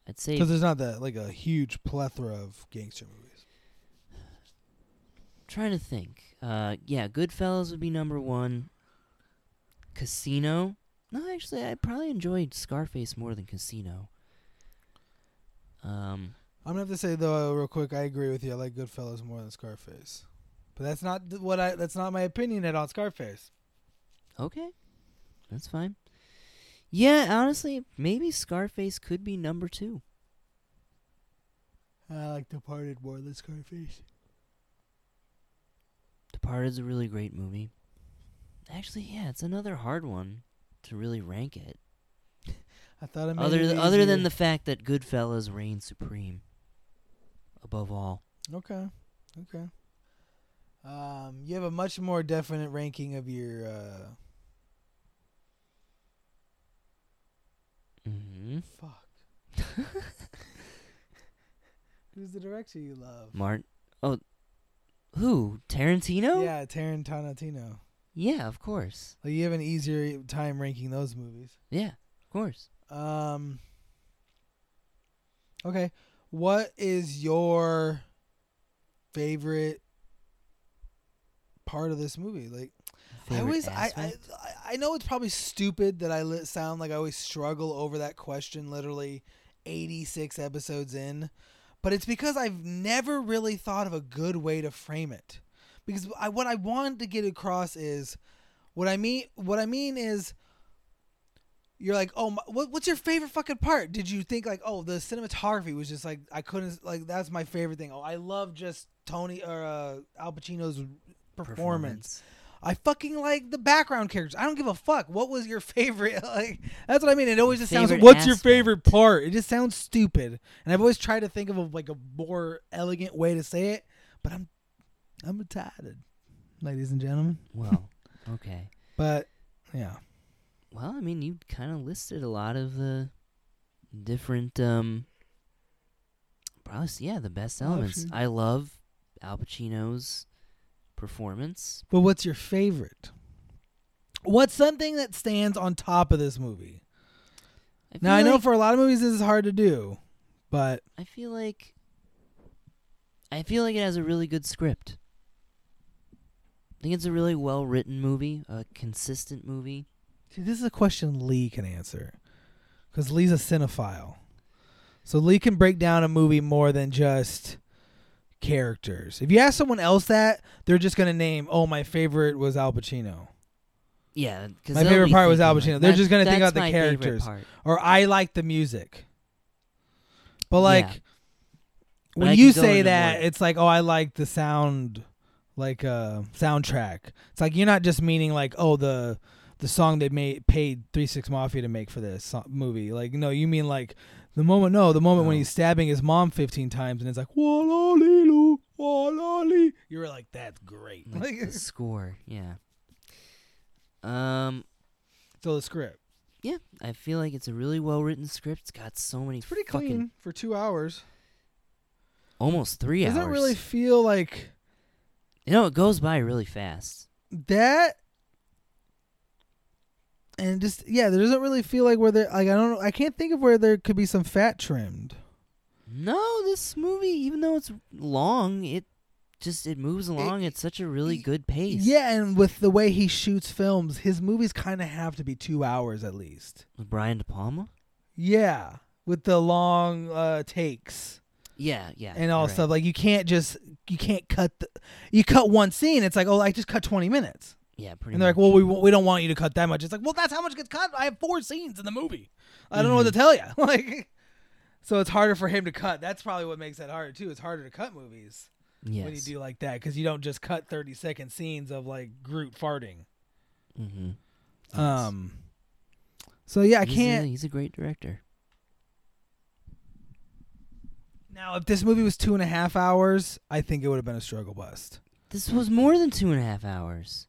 Speaker 1: I'd say
Speaker 2: Because there's not that like a huge plethora of gangster movies.
Speaker 1: trying to think. Uh, yeah, Goodfellas would be number one. Casino. No, actually, I probably enjoyed Scarface more than Casino. Um,
Speaker 2: I'm gonna have to say though, uh, real quick, I agree with you. I like Goodfellas more than Scarface, but that's not th- what I. That's not my opinion at all. Scarface.
Speaker 1: okay, that's fine. Yeah, honestly, maybe Scarface could be number two.
Speaker 2: I like Departed more than Scarface.
Speaker 1: Departed's a really great movie. Actually, yeah, it's another hard one to really rank it.
Speaker 2: I thought I made
Speaker 1: Other
Speaker 2: it
Speaker 1: th- other than the
Speaker 2: easier.
Speaker 1: fact that Goodfellas reigns supreme above all.
Speaker 2: Okay, okay. Um, you have a much more definite ranking of your uh,
Speaker 1: hmm
Speaker 2: fuck. Who's the director you love?
Speaker 1: Martin. Oh, who? Tarantino?
Speaker 2: Yeah, Tarantino. Tino.
Speaker 1: Yeah, of course.
Speaker 2: Like you have an easier time ranking those movies.
Speaker 1: Yeah, of course.
Speaker 2: Um. Okay, what is your favorite part of this movie? Like, I
Speaker 1: Favorite
Speaker 2: always, I, I,
Speaker 1: aspect?
Speaker 2: I, I know it's probably stupid that I li- sound like I always struggle over that question. Literally, eighty six episodes in, but it's because I've never really thought of a good way to frame it. Because I, what I wanted to get across is, what I mean, what I mean is, you're like, oh, my, what, what's your favorite fucking part? Did you think like, oh, the cinematography was just like I couldn't like that's my favorite thing. Oh, I love just Tony or uh, Al Pacino's performance. I fucking like the background characters. I don't give a fuck. What was your favorite? Like that's what I mean. It always just sounds.
Speaker 1: Favorite
Speaker 2: What's your
Speaker 1: aspect.
Speaker 2: favorite part? It just sounds stupid. And I've always tried to think of a, like a more elegant way to say it, but I'm I'm retarded, ladies and gentlemen.
Speaker 1: Well, okay.
Speaker 2: But yeah,
Speaker 1: Well, I mean, you kind of listed a lot of the different, um, probably, s- yeah, the best elements.
Speaker 2: Options.
Speaker 1: I love Al Pacino's performance.
Speaker 2: but what's your favorite? What's something that stands on top of this movie?
Speaker 1: I
Speaker 2: Now I
Speaker 1: feel
Speaker 2: know
Speaker 1: like-
Speaker 2: for a lot of movies this is hard to do, but
Speaker 1: I feel like I feel like it has a really good script. I think it's a really well written movie, a consistent movie.
Speaker 2: See, this is a question Lee can answer, because Lee's a cinephile, so Lee can break down a movie more than just characters. If you ask someone else that, they're just gonna name, "Oh, my favorite was Al Pacino,"
Speaker 1: Yeah, because
Speaker 2: My favorite part was Al Pacino. They're just gonna think about the characters.
Speaker 1: Part.
Speaker 2: or "I like the music." But like,
Speaker 1: Yeah. But
Speaker 2: when
Speaker 1: I
Speaker 2: you
Speaker 1: could go
Speaker 2: say
Speaker 1: into
Speaker 2: that,
Speaker 1: more-
Speaker 2: it's like, "Oh, I like the sound, like uh, soundtrack." It's like you're not just meaning like, "Oh, the." The song they made paid Three Six Mafia to make for this so- movie, like no, you mean like the moment? No, the moment when
Speaker 1: No.
Speaker 2: he's stabbing his mom fifteen times, and it's like "Walalilu, walali." You were like, "That's great."
Speaker 1: Like the
Speaker 2: Like,
Speaker 1: score, yeah. Um,
Speaker 2: so the script,
Speaker 1: yeah, I feel like it's a really well written script. It's got so many
Speaker 2: it's pretty
Speaker 1: fucking
Speaker 2: clean for two hours.
Speaker 1: almost three
Speaker 2: Does
Speaker 1: hours.
Speaker 2: it really feel like
Speaker 1: You know, it goes by really fast.
Speaker 2: that? And just yeah, there doesn't really feel like where there like I don't I can't think of where there could be some fat trimmed.
Speaker 1: No, this movie, even though it's long, it just it moves along at such a really
Speaker 2: y-
Speaker 1: good pace.
Speaker 2: Yeah, and with the way he shoots films, his movies kind of have to be two hours at least.
Speaker 1: With Brian De Palma.
Speaker 2: Yeah, with the long uh, takes
Speaker 1: Yeah, yeah,
Speaker 2: and all
Speaker 1: you're right.
Speaker 2: stuff. Like you can't just you can't cut the you cut one scene. It's like oh, I just cut twenty minutes.
Speaker 1: Yeah, pretty.
Speaker 2: And they're like,
Speaker 1: much.
Speaker 2: "Well, we w- we don't want you to cut that much." It's like, "Well, that's how much gets cut. I have four scenes in the movie. I don't know what to
Speaker 1: Mhm.
Speaker 2: tell you." Like, so it's harder for him to cut. That's probably what makes that harder too. It's harder to cut movies
Speaker 1: yes.
Speaker 2: when you do like that because you don't just cut thirty second scenes of like Groot farting.
Speaker 1: Mm-hmm.
Speaker 2: Um, so yeah, I
Speaker 1: he's A,
Speaker 2: can't.
Speaker 1: he's a great director.
Speaker 2: Now, if this movie was two and a half hours, I think it would have been a struggle bust.
Speaker 1: This was more than two and a half hours.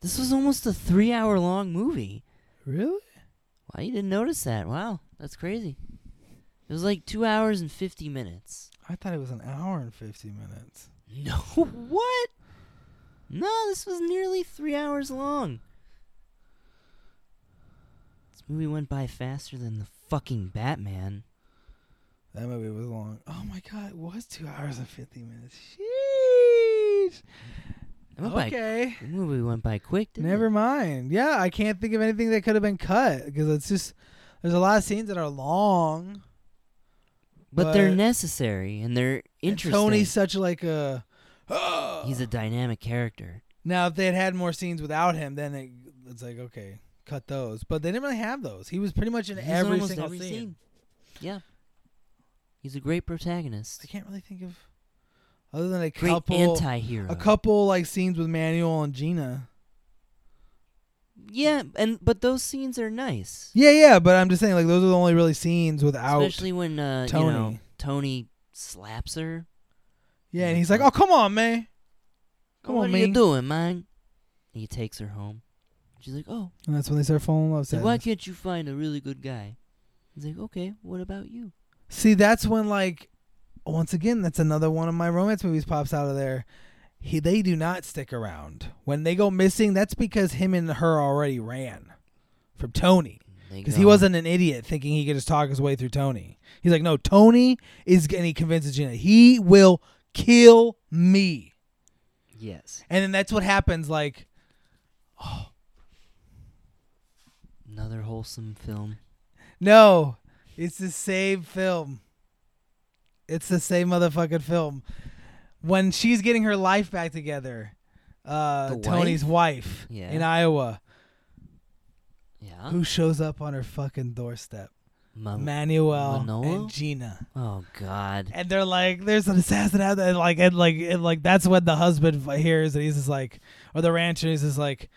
Speaker 1: This was almost a three-hour-long movie.
Speaker 2: Really?
Speaker 1: Wow, you didn't notice that? Wow, that's crazy. It was like two hours and fifty minutes.
Speaker 2: I thought it was an hour and fifty minutes.
Speaker 1: No, what? No, this was nearly three hours long. This movie went by faster than the fucking Batman.
Speaker 2: That movie was long. Oh my god, it was two hours and fifty minutes. Sheesh.
Speaker 1: It went by,
Speaker 2: Okay.
Speaker 1: the movie went by quick. Didn't
Speaker 2: Never
Speaker 1: It?
Speaker 2: mind. Yeah, I can't think of anything that could have been cut because it's just there's a lot of scenes that are long.
Speaker 1: But, they're
Speaker 2: but-
Speaker 1: necessary and they're
Speaker 2: and
Speaker 1: interesting.
Speaker 2: Tony's such like a. "Ah."
Speaker 1: He's a dynamic character.
Speaker 2: now if they had had more scenes without him, then it, it's like okay, cut those. But they didn't really have those. He was pretty much in
Speaker 1: He's
Speaker 2: every
Speaker 1: almost
Speaker 2: single
Speaker 1: every
Speaker 2: scene.
Speaker 1: scene. Yeah. He's a great protagonist.
Speaker 2: I can't really think of other than a
Speaker 1: Great
Speaker 2: couple,
Speaker 1: anti-hero.
Speaker 2: a couple like scenes with Manuel and Gina.
Speaker 1: Yeah, and but those scenes are nice.
Speaker 2: Yeah, yeah. But I'm just saying, like those are the only really scenes without.
Speaker 1: Especially when uh, you
Speaker 2: Tony.
Speaker 1: know Tony slaps her.
Speaker 2: yeah, and he's like, "Oh, come on, man." Come
Speaker 1: what
Speaker 2: on,
Speaker 1: are
Speaker 2: man.
Speaker 1: you doing, man? And he takes her home. She's like, "Oh,
Speaker 2: And that's when they start falling in love.
Speaker 1: so
Speaker 2: sadness.
Speaker 1: why can't you find a really good guy?" He's like, "Okay, what about you?"
Speaker 2: See, that's when like once again, that's another one of my romance movies pops out of there. He they do not stick around. When they go missing, that's because him and her already ran from Tony. Because he wasn't an idiot thinking he could just talk his way through Tony. He's like, no, Tony is, and he convinces Gina, he will kill me.
Speaker 1: Yes,
Speaker 2: And then that's what happens. Like,
Speaker 1: another wholesome film.
Speaker 2: No, it's the same film. It's the same motherfucking film. When she's getting her life back together, uh,
Speaker 1: The
Speaker 2: Tony's wife
Speaker 1: Yeah.
Speaker 2: in Iowa,
Speaker 1: Yeah,
Speaker 2: who shows up on her fucking doorstep,
Speaker 1: Ma-
Speaker 2: Manuel
Speaker 1: Manoel?
Speaker 2: and Gina,
Speaker 1: oh God,
Speaker 2: and they're like, "There's an assassin out there!" And like, and like, and like, that's when the husband f- hears, and he's just like, or the rancher is just like.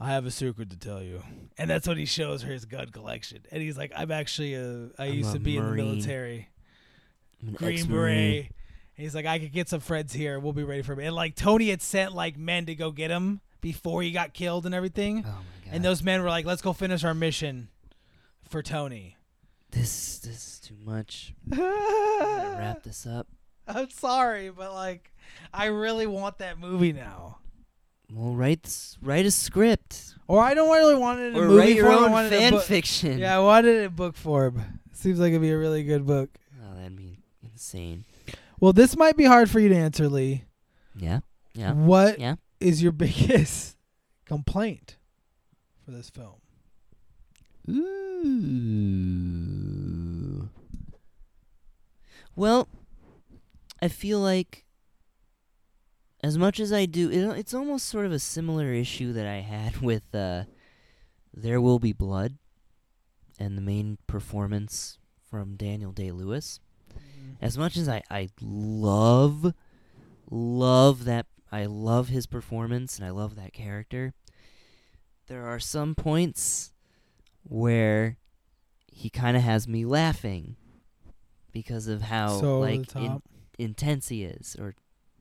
Speaker 2: I have a secret to tell you, and that's when he shows her his gun collection, and he's like, "I'm actually a, I
Speaker 1: I'm
Speaker 2: used
Speaker 1: a
Speaker 2: to be in
Speaker 1: Marine."
Speaker 2: the military,
Speaker 1: I'm an
Speaker 2: Green
Speaker 1: ex-Marine.
Speaker 2: Beret. He's like, I could get some friends here. We'll be ready for him. And like Tony had sent like men to go get him before he got killed and everything.
Speaker 1: Oh my God,
Speaker 2: And those men were like, let's go finish our mission for Tony.
Speaker 1: this this is too much. I'm gonna wrap
Speaker 2: I'm
Speaker 1: this up.
Speaker 2: sorry, but like, I really want that movie now.
Speaker 1: Well, write s- write a script
Speaker 2: Or I don't really want it in a
Speaker 1: or
Speaker 2: movie
Speaker 1: write your
Speaker 2: form. I
Speaker 1: own
Speaker 2: wanted a
Speaker 1: fan
Speaker 2: book-
Speaker 1: fiction.
Speaker 2: Yeah, I wanted it in book form. Seems like it'd be a really good book.
Speaker 1: oh, that'd be insane.
Speaker 2: Well, this might be hard for you to answer, Lee.
Speaker 1: Yeah.
Speaker 2: What
Speaker 1: Yeah.
Speaker 2: is What
Speaker 1: Yeah.
Speaker 2: your biggest complaint for this film?
Speaker 1: Ooh. Well, I feel like as much as I do, it, it's almost sort of a similar issue that I had with uh, "There Will Be Blood" and the main performance from Daniel Day Lewis. As much as I, I love, love that, I love his performance and I love that character, there are some points where he kind of has me laughing because of how
Speaker 2: so over the
Speaker 1: Oh, like in,
Speaker 2: top.
Speaker 1: intense he is, or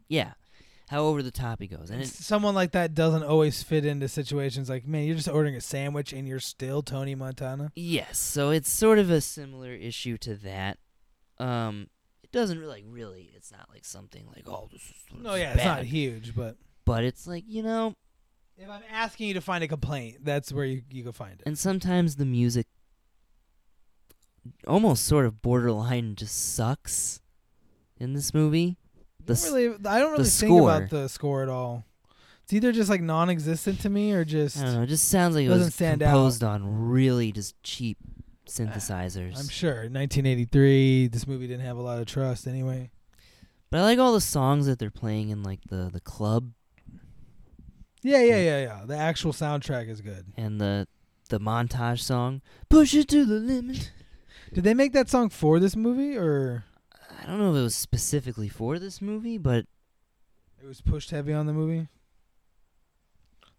Speaker 1: yeah, how over the top he goes, and it,
Speaker 2: Someone like that doesn't always fit into situations like, man, you're just ordering a sandwich and you're still Tony Montana.
Speaker 1: Yes, so it's sort of a similar issue to that. Um, it doesn't really, like, really. It's not like something like, oh, this is
Speaker 2: No,
Speaker 1: this is
Speaker 2: yeah, it's not
Speaker 1: bad.
Speaker 2: huge, but
Speaker 1: But it's like you know,
Speaker 2: if I'm asking you to find a complaint, that's where you you can find it.
Speaker 1: and sometimes the music almost sort of borderline just sucks in this movie. The
Speaker 2: I don't really, I don't
Speaker 1: the
Speaker 2: really think
Speaker 1: score.
Speaker 2: about the score at all. It's either just like non-existent to me or just
Speaker 1: I don't know, it just sounds like it
Speaker 2: Doesn't
Speaker 1: was
Speaker 2: stand out.
Speaker 1: composed on really just cheap synthesizers.
Speaker 2: I'm sure 1983. This movie didn't have a lot of trust anyway.
Speaker 1: but I like all the songs that they're playing in like the the club
Speaker 2: Yeah, yeah,
Speaker 1: Mm.
Speaker 2: yeah, yeah. The actual soundtrack is good.
Speaker 1: and the the montage song push it to the limit
Speaker 2: Did they make that song for this movie or
Speaker 1: i don't know if it was specifically for this movie but
Speaker 2: it was pushed heavy on the movie?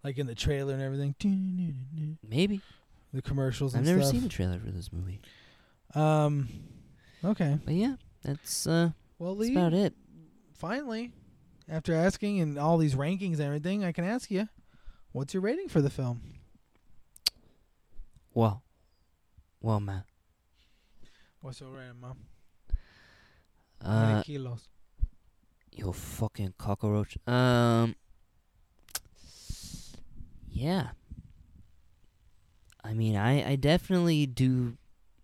Speaker 2: Like in the trailer and everything,
Speaker 1: maybe
Speaker 2: the commercials
Speaker 1: i've
Speaker 2: and
Speaker 1: never
Speaker 2: stuff.
Speaker 1: seen the trailer for this movie
Speaker 2: Um, okay.
Speaker 1: but yeah that's uh
Speaker 2: Well,
Speaker 1: that's
Speaker 2: Lee,
Speaker 1: about it
Speaker 2: finally, after asking and all these rankings and everything, I can ask you, what's your rating for the film?
Speaker 1: well well man
Speaker 2: What's your rating, mom?
Speaker 1: uh
Speaker 2: kilos?
Speaker 1: you fucking cockroach um yeah i mean i i definitely do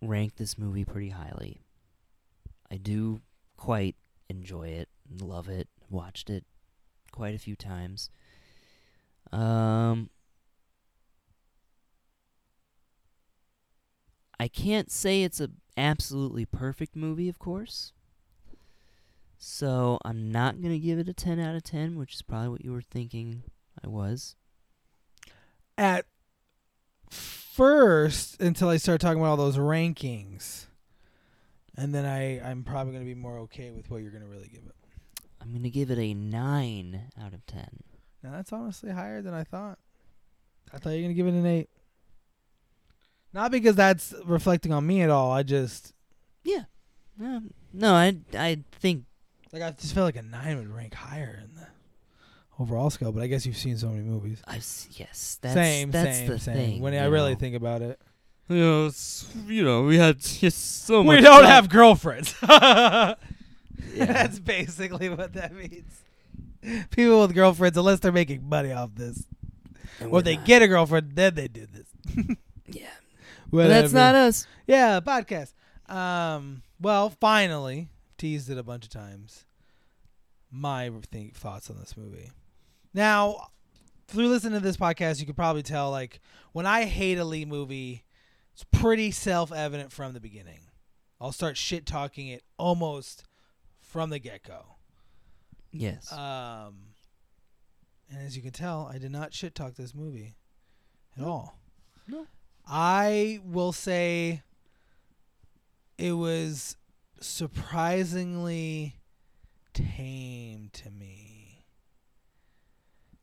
Speaker 1: rank this movie pretty highly i do quite enjoy it and love it watched it quite a few times um i can't say it's a absolutely perfect movie of course so i'm not going to give it a 10 out of 10 which is probably what you were thinking i was
Speaker 2: At first, until I start talking about all those rankings, and then I I'm probably gonna be more okay with what you're gonna really give it.
Speaker 1: i'm going to give it a 9 out of 10
Speaker 2: Now that's honestly higher than I thought. I thought you were gonna give it an eight. Not because that's reflecting on me at all. I just
Speaker 1: no, no i i think
Speaker 2: like I just feel like a nine would rank higher in the overall scale. But I guess you've seen so many movies.
Speaker 1: i s- yes that's
Speaker 2: same,
Speaker 1: that's
Speaker 2: same,
Speaker 1: the
Speaker 2: same.
Speaker 1: thing
Speaker 2: when
Speaker 1: you
Speaker 2: I really
Speaker 1: know.
Speaker 2: think about it,
Speaker 1: you know, it's, you know we had just so
Speaker 2: we
Speaker 1: much
Speaker 2: don't
Speaker 1: fun.
Speaker 2: have girlfriends.
Speaker 1: Yeah.
Speaker 2: That's basically what that means. People with girlfriends, unless they're making money off this,
Speaker 1: And
Speaker 2: or
Speaker 1: we're
Speaker 2: they
Speaker 1: not.
Speaker 2: get a girlfriend, then they do this.
Speaker 1: yeah
Speaker 2: Whatever.
Speaker 1: that's not us
Speaker 2: Yeah, podcast. Um, well, finally teased it a bunch of times. My think thoughts on this movie. Now, through listening to this podcast, you could probably tell like when I hate a Lee movie, it's pretty self evident from the beginning. I'll start shit talking it almost from the get go.
Speaker 1: yes
Speaker 2: Um, and as you can tell, I did not shit talk this movie at all.
Speaker 1: No.
Speaker 2: I will say it was surprisingly tame to me.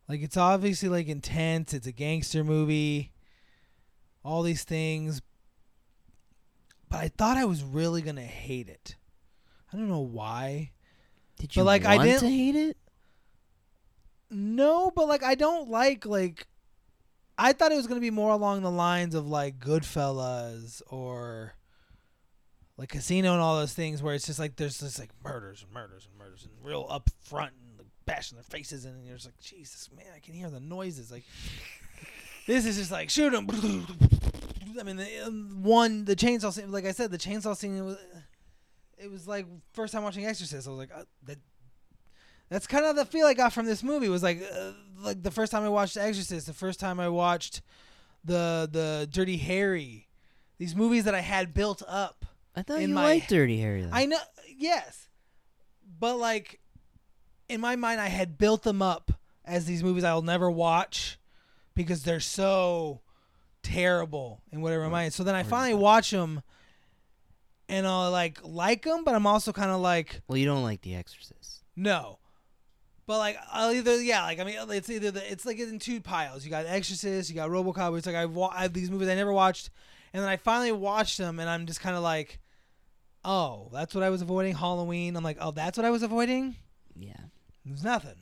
Speaker 2: Like it's obviously like intense, it's a gangster movie, all these things. But I thought I was really going to hate it. I don't know why.
Speaker 1: Did
Speaker 2: But,
Speaker 1: you
Speaker 2: like, I
Speaker 1: want
Speaker 2: didn't-
Speaker 1: to hate it?
Speaker 2: No, but like I don't like like I thought it was gonna be more along the lines of like Goodfellas or like Casino and all those things where it's just like there's just like murders and murders and murders and real up front and like bashing their faces in and you're just like Jesus man I can hear the noises like this is just like shoot 'em. I mean the um, one the chainsaw scene like I said the chainsaw scene it was, it it was like first time watching Exorcist. I was like, uh, that. That's kind of the feel I got from this movie. Was like, uh, like the first time I watched Exorcist, the first time I watched the the Dirty Harry, these movies that I had built up.
Speaker 1: I thought
Speaker 2: in
Speaker 1: you
Speaker 2: my-
Speaker 1: liked Dirty Harry. Though.
Speaker 2: I know, yes, but like in my mind, I had built them up as these movies I'll never watch because they're so terrible and whatever
Speaker 1: Or-
Speaker 2: my mind. So then I
Speaker 1: or-
Speaker 2: finally watch them, and I'll like like them, but I'm also kind of like
Speaker 1: Well, you don't like The Exorcist.
Speaker 2: no. But like I'll either yeah like I mean it's either the, it's like in two piles. You got Exorcist, you got RoboCop. It's like I've wa- I have these movies I never watched, and then I finally watched them, and I'm just kind of like, oh, that's what I was avoiding. Halloween. I'm like, oh, that's what I was avoiding.
Speaker 1: Yeah,
Speaker 2: There's nothing.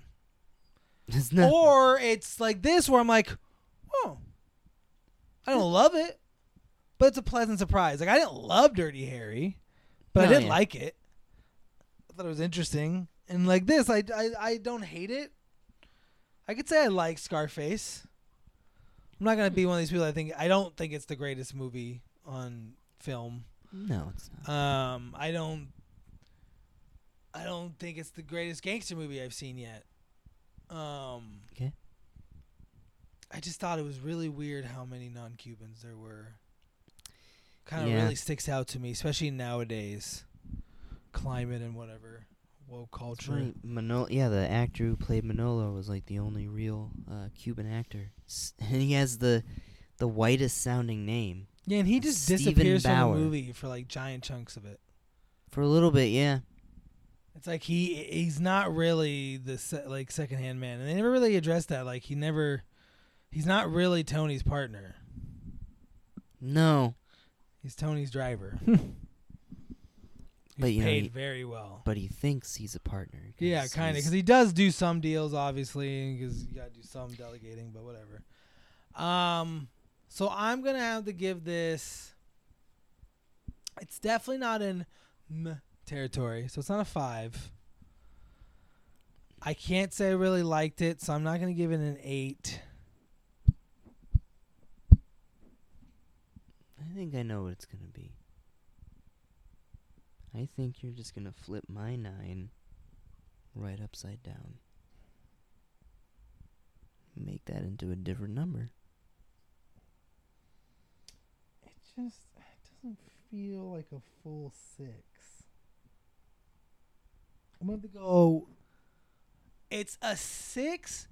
Speaker 1: it's not.
Speaker 2: Or it's like this where I'm like, oh, I don't love it, but it's a pleasant surprise. Like I didn't love Dirty Harry, but I
Speaker 1: No,
Speaker 2: did
Speaker 1: yeah.
Speaker 2: like it. I thought it was interesting, and like this, I, I I don't hate it. I could say I like Scarface. I'm not gonna be one of these people. I think I don't think it's the greatest movie on film.
Speaker 1: no, it's not.
Speaker 2: Um, I don't. I don't think it's the greatest gangster movie I've seen yet. Um,
Speaker 1: 'Kay.
Speaker 2: I just thought it was really weird how many non-Cubans there were. Kind of
Speaker 1: Yeah.
Speaker 2: really sticks out to me, especially nowadays, climate and whatever woke
Speaker 1: It's
Speaker 2: culture.
Speaker 1: funny, Manolo, yeah, the actor who played Manolo was like the only real uh, Cuban actor, S- and he has the the whitest sounding name
Speaker 2: Yeah, and he just
Speaker 1: Stephen
Speaker 2: disappears
Speaker 1: Bauer.
Speaker 2: from the movie for like giant chunks of it.
Speaker 1: for a little bit. Yeah,
Speaker 2: It's like he he's not really the se- like secondhand man, and they never really address that. Like he never, he's not really Tony's partner.
Speaker 1: no,
Speaker 2: He's Tony's driver.
Speaker 1: But,
Speaker 2: but
Speaker 1: you know,
Speaker 2: paid
Speaker 1: he-
Speaker 2: very well.
Speaker 1: but he thinks he's a partner.
Speaker 2: Yeah, kind of, because he does do some deals, obviously, because you gotta do some delegating, but whatever. Um, so I'm gonna have to give this. It's definitely not in m territory, so it's not a five. I can't say I really liked it, so I'm not gonna give it an eight.
Speaker 1: I think I know what it's gonna be. I think you're just gonna flip my nine right upside down. Make that into a different number.
Speaker 2: It just it doesn't feel like a full six. I'm going to go. It's a six,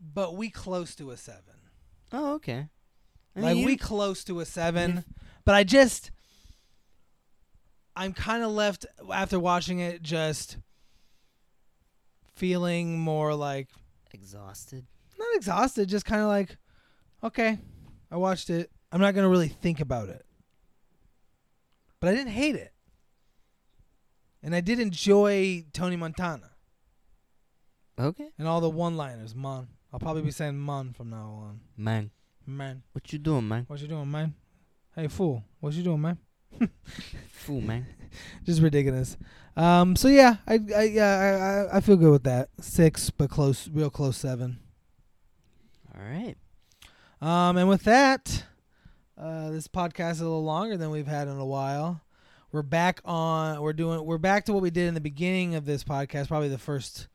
Speaker 2: but we close to a seven.
Speaker 1: Oh, okay. I mean,
Speaker 2: like
Speaker 1: you-
Speaker 2: we close to a seven, but I just I'm kind of left after watching it just feeling more like
Speaker 1: exhausted.
Speaker 2: not exhausted, just kind of like okay, I watched it. I'm not gonna really think about it, but I didn't hate it, and I did enjoy Tony Montana
Speaker 1: Okay.
Speaker 2: and all the one-liners. Mon, I'll probably be saying Mon from now on.
Speaker 1: Man,
Speaker 2: Man,
Speaker 1: what you doing, man?
Speaker 2: what you doing, man? Hey fool, what you doing, man?
Speaker 1: Fool, man.
Speaker 2: just ridiculous. Um, so yeah, I, I yeah, I, I, I feel good with that. Six, but close, real close seven.
Speaker 1: All right.
Speaker 2: Um, and with that, uh, this podcast is a little longer than we've had in a while. We're back on. We're doing. We're back to what we did in the beginning of this podcast. Probably the first,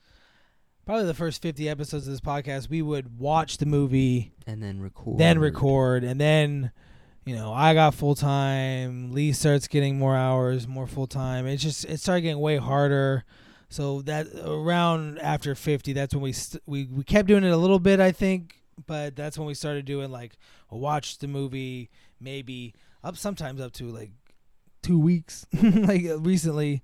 Speaker 2: probably the first fifty episodes of this podcast. We would watch the movie,
Speaker 1: And then record.
Speaker 2: then record, and then, you know, I got full time. Lee starts getting more hours, more full time. It's just it started getting way harder. So that around after fifty, that's when we st- we we kept doing it a little bit, I think, but that's when we started doing like watch the movie, maybe up sometimes up to like two weeks, like uh, recently,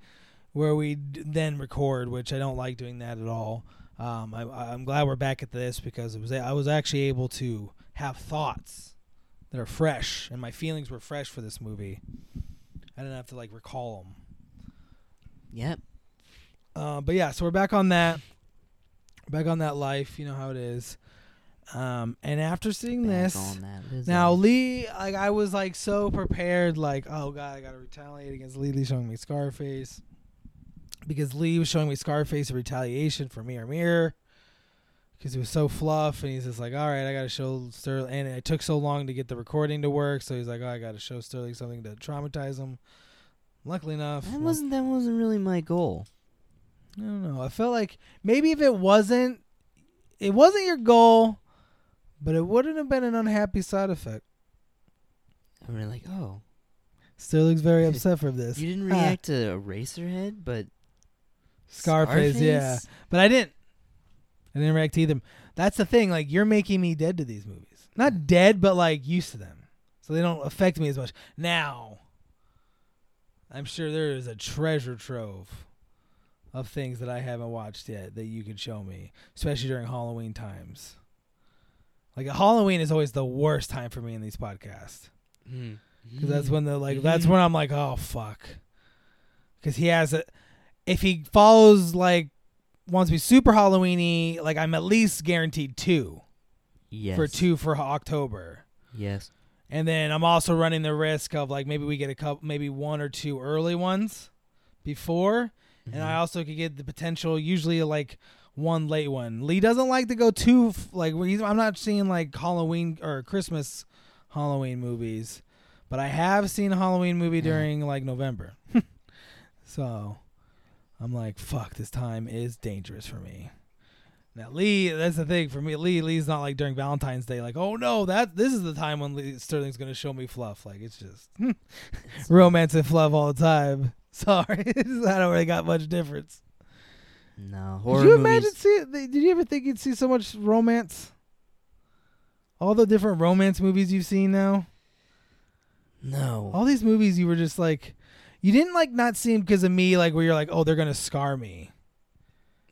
Speaker 2: where we d- then record, which I don't like doing that at all. Um, I, I- I'm glad we're back at this because it was I was actually able to have thoughts that are fresh, and my feelings were fresh for this movie. I didn't have to like recall them.
Speaker 1: Yep.
Speaker 2: Uh, but yeah, so we're back on that, back on that life. You know how it is. Um, and after seeing
Speaker 1: Back
Speaker 2: this,
Speaker 1: on that lizard.
Speaker 2: now Lee, like I was like so prepared, like oh god, I gotta retaliate against Lee. Lee showing me Scarface because Lee was showing me Scarface in retaliation for Mirror Mirror because he was so fluff and he's just like, all right, I gotta show Sterling. And it took so long to get the recording to work, so he's like, oh, I gotta show Sterling something to traumatize him. Luckily enough,
Speaker 1: That wasn't that wasn't really my goal.
Speaker 2: I don't know. I felt like maybe if it wasn't, it wasn't your goal, but it wouldn't have been an unhappy side effect.
Speaker 1: I'm really like, oh,
Speaker 2: Still looks very upset for this.
Speaker 1: you didn't
Speaker 2: Ah.
Speaker 1: react to Eraserhead, but
Speaker 2: Scarface, yeah.
Speaker 1: Scarface?
Speaker 2: But I didn't. I didn't react to either. That's the thing. Like you're making me dead to these movies. Not dead, but like used to them, so they don't affect me as much now. I'm sure there is a treasure trove of things that I haven't watched yet that you could show me, especially during Halloween times. Like Halloween is always the worst time for me in these podcasts.
Speaker 1: Hmm.
Speaker 2: Because that's when the like that's when I'm like, oh fuck. Because he has a, if he follows like wants to be super Halloweeny, like I'm at least guaranteed two
Speaker 1: yes.
Speaker 2: for two for October,
Speaker 1: Yes.
Speaker 2: and then I'm also running the risk of like maybe we get a couple, maybe one or two early ones before,
Speaker 1: Mm-hmm.
Speaker 2: and I also could get the potential usually like one late one. Lee doesn't like to go too f- like he's, I'm not seeing like Halloween or Christmas Halloween movies, but I have seen a Halloween movie
Speaker 1: Mhm.
Speaker 2: during like November, so I'm like fuck this time is dangerous for me. Now Lee, that's the thing for me. Lee, Lee's not like during Valentine's Day. Like, oh no, that this is the time when Lee, Sterling's gonna show me fluff. Like, it's just romance and fluff all the time. Sorry, I don't really got much difference.
Speaker 1: no horror
Speaker 2: Did you
Speaker 1: movies.
Speaker 2: imagine see? th- Did you ever think you'd see so much romance? All the different romance movies you've seen now.
Speaker 1: No.
Speaker 2: All these movies you were just like, you didn't like not see them because of me. Like where you're like, oh, they're gonna scar me.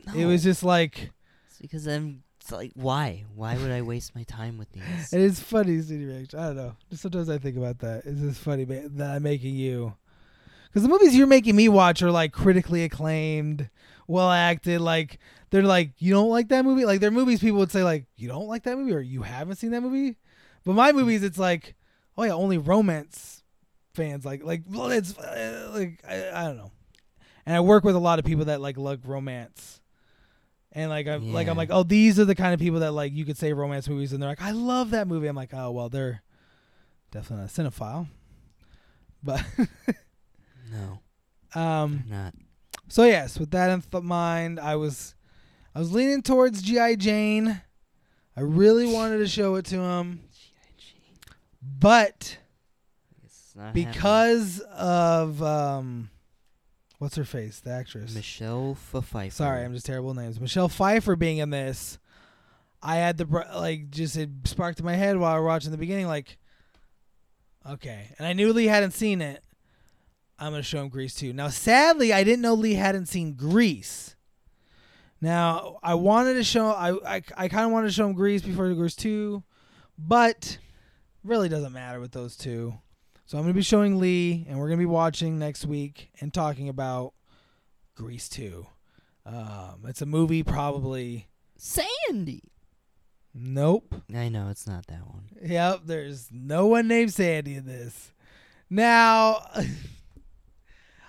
Speaker 1: no.
Speaker 2: It was just like
Speaker 1: It's because I'm. It's like why? Why would I waste my time with these?
Speaker 2: it is funny. City reaction. I don't know. Just sometimes I think about that. It's just funny ma- that I'm making you. Because the movies you're making me watch are like critically acclaimed, well acted. Like they're like you don't like that movie. Like they're movies people would say like you don't like that movie or you haven't seen that movie. But my movies, it's like oh yeah, only romance fans like like well it's uh, like I, I don't know. And I work with a lot of people that like love romance. And like I'm like I'm
Speaker 1: Yeah.
Speaker 2: like oh these are the kind of people that like you could say romance movies and they're like I love that movie I'm like oh well they're definitely not a cinephile, but
Speaker 1: No,
Speaker 2: um
Speaker 1: I'm not.
Speaker 2: so yes, with that in th- mind, I was I was leaning towards GI Jane. I really wanted to show it to him, but
Speaker 1: It's not happening.
Speaker 2: because of um what's her face, the actress.
Speaker 1: Michelle Pfeiffer.
Speaker 2: Sorry, I'm just terrible with names. Michelle Pfeiffer being in this, I had the br- like just it sparked in my head while I was watching the beginning. Like, okay, and I knew Lee hadn't seen it. I'm gonna show him Grease too. Now, sadly, I didn't know Lee hadn't seen Grease. Now, I wanted to show I I, I kind of wanted to show him Grease before Grease two, but really doesn't matter with those two. So I'm gonna be showing Lee, and we're gonna be watching next week and talking about Grease two. Um, it's a movie, probably.
Speaker 1: Sandy.
Speaker 2: Nope.
Speaker 1: I know it's not that one.
Speaker 2: Yep. There's no one named Sandy in this. Now,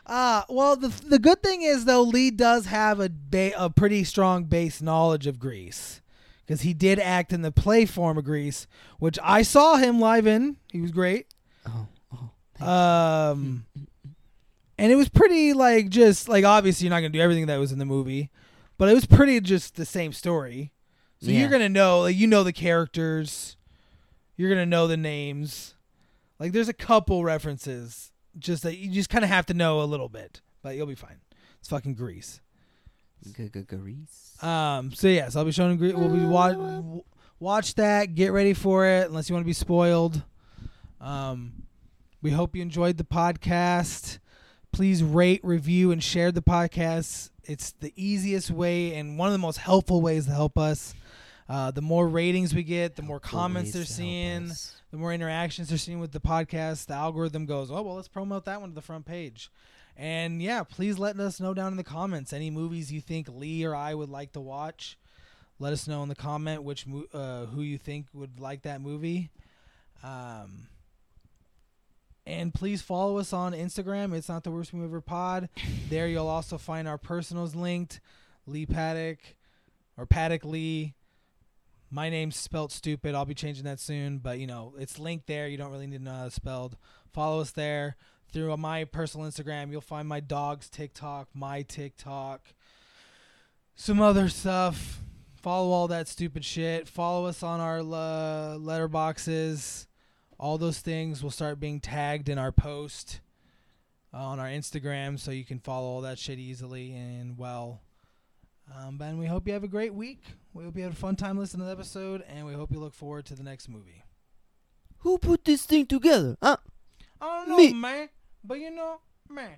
Speaker 2: uh, well, the the good thing is though Lee does have a ba- a pretty strong base knowledge of Grease because he did act in the play form of Grease, which I saw him live in. He was great.
Speaker 1: Oh, oh. thank
Speaker 2: Um, and it was pretty like just like obviously you're not gonna do everything that was in the movie, but it was pretty just the same story. So
Speaker 1: Yeah.
Speaker 2: you're gonna know like you know the characters, you're gonna know the names. Like there's a couple references just that you just kind of have to know a little bit, but you'll be fine. It's fucking Grease.
Speaker 1: G- g- Grease.
Speaker 2: Um. So yes, I'll be showing. Gre- We'll be watch watch that. Get ready for it. Unless you want to be spoiled. Um, we hope you enjoyed the podcast. Please rate, review, and share the podcast. It's the easiest way and one of the most helpful ways to help us. Uh, the more ratings we get, the more
Speaker 1: Helpful
Speaker 2: comments
Speaker 1: ways
Speaker 2: they're
Speaker 1: to help
Speaker 2: seeing
Speaker 1: us.
Speaker 2: the more interactions they're seeing with the podcast, the algorithm goes, oh, well, let's promote that one to the front page. And yeah, please let us know down in the comments any movies you think Lee or I would like to watch. Let us know in the comment which mo- uh, who you think would like that movie. Um, and please follow us on Instagram. It's not the worst movie ever pod. There you'll also find our personals linked. Lee Paddock or Paddock Lee. My name's spelt stupid. I'll be changing that soon, but you know, it's linked there. You don't really need to know how it's spelled. Follow us there. through my personal Instagram. You'll find my dog's TikTok, my TikTok, some other stuff. Follow all that stupid shit. Follow us on our uh, letterboxes. All those things will start being tagged in our post uh, on our Instagram, so you can follow all that shit easily and well. Um, and we hope you have a great week. We hope you had a fun time listening to the episode, and we hope you look forward to the next movie.
Speaker 1: Who put this thing together? Huh?
Speaker 2: I don't know,
Speaker 1: Me-
Speaker 2: man, but you know, man.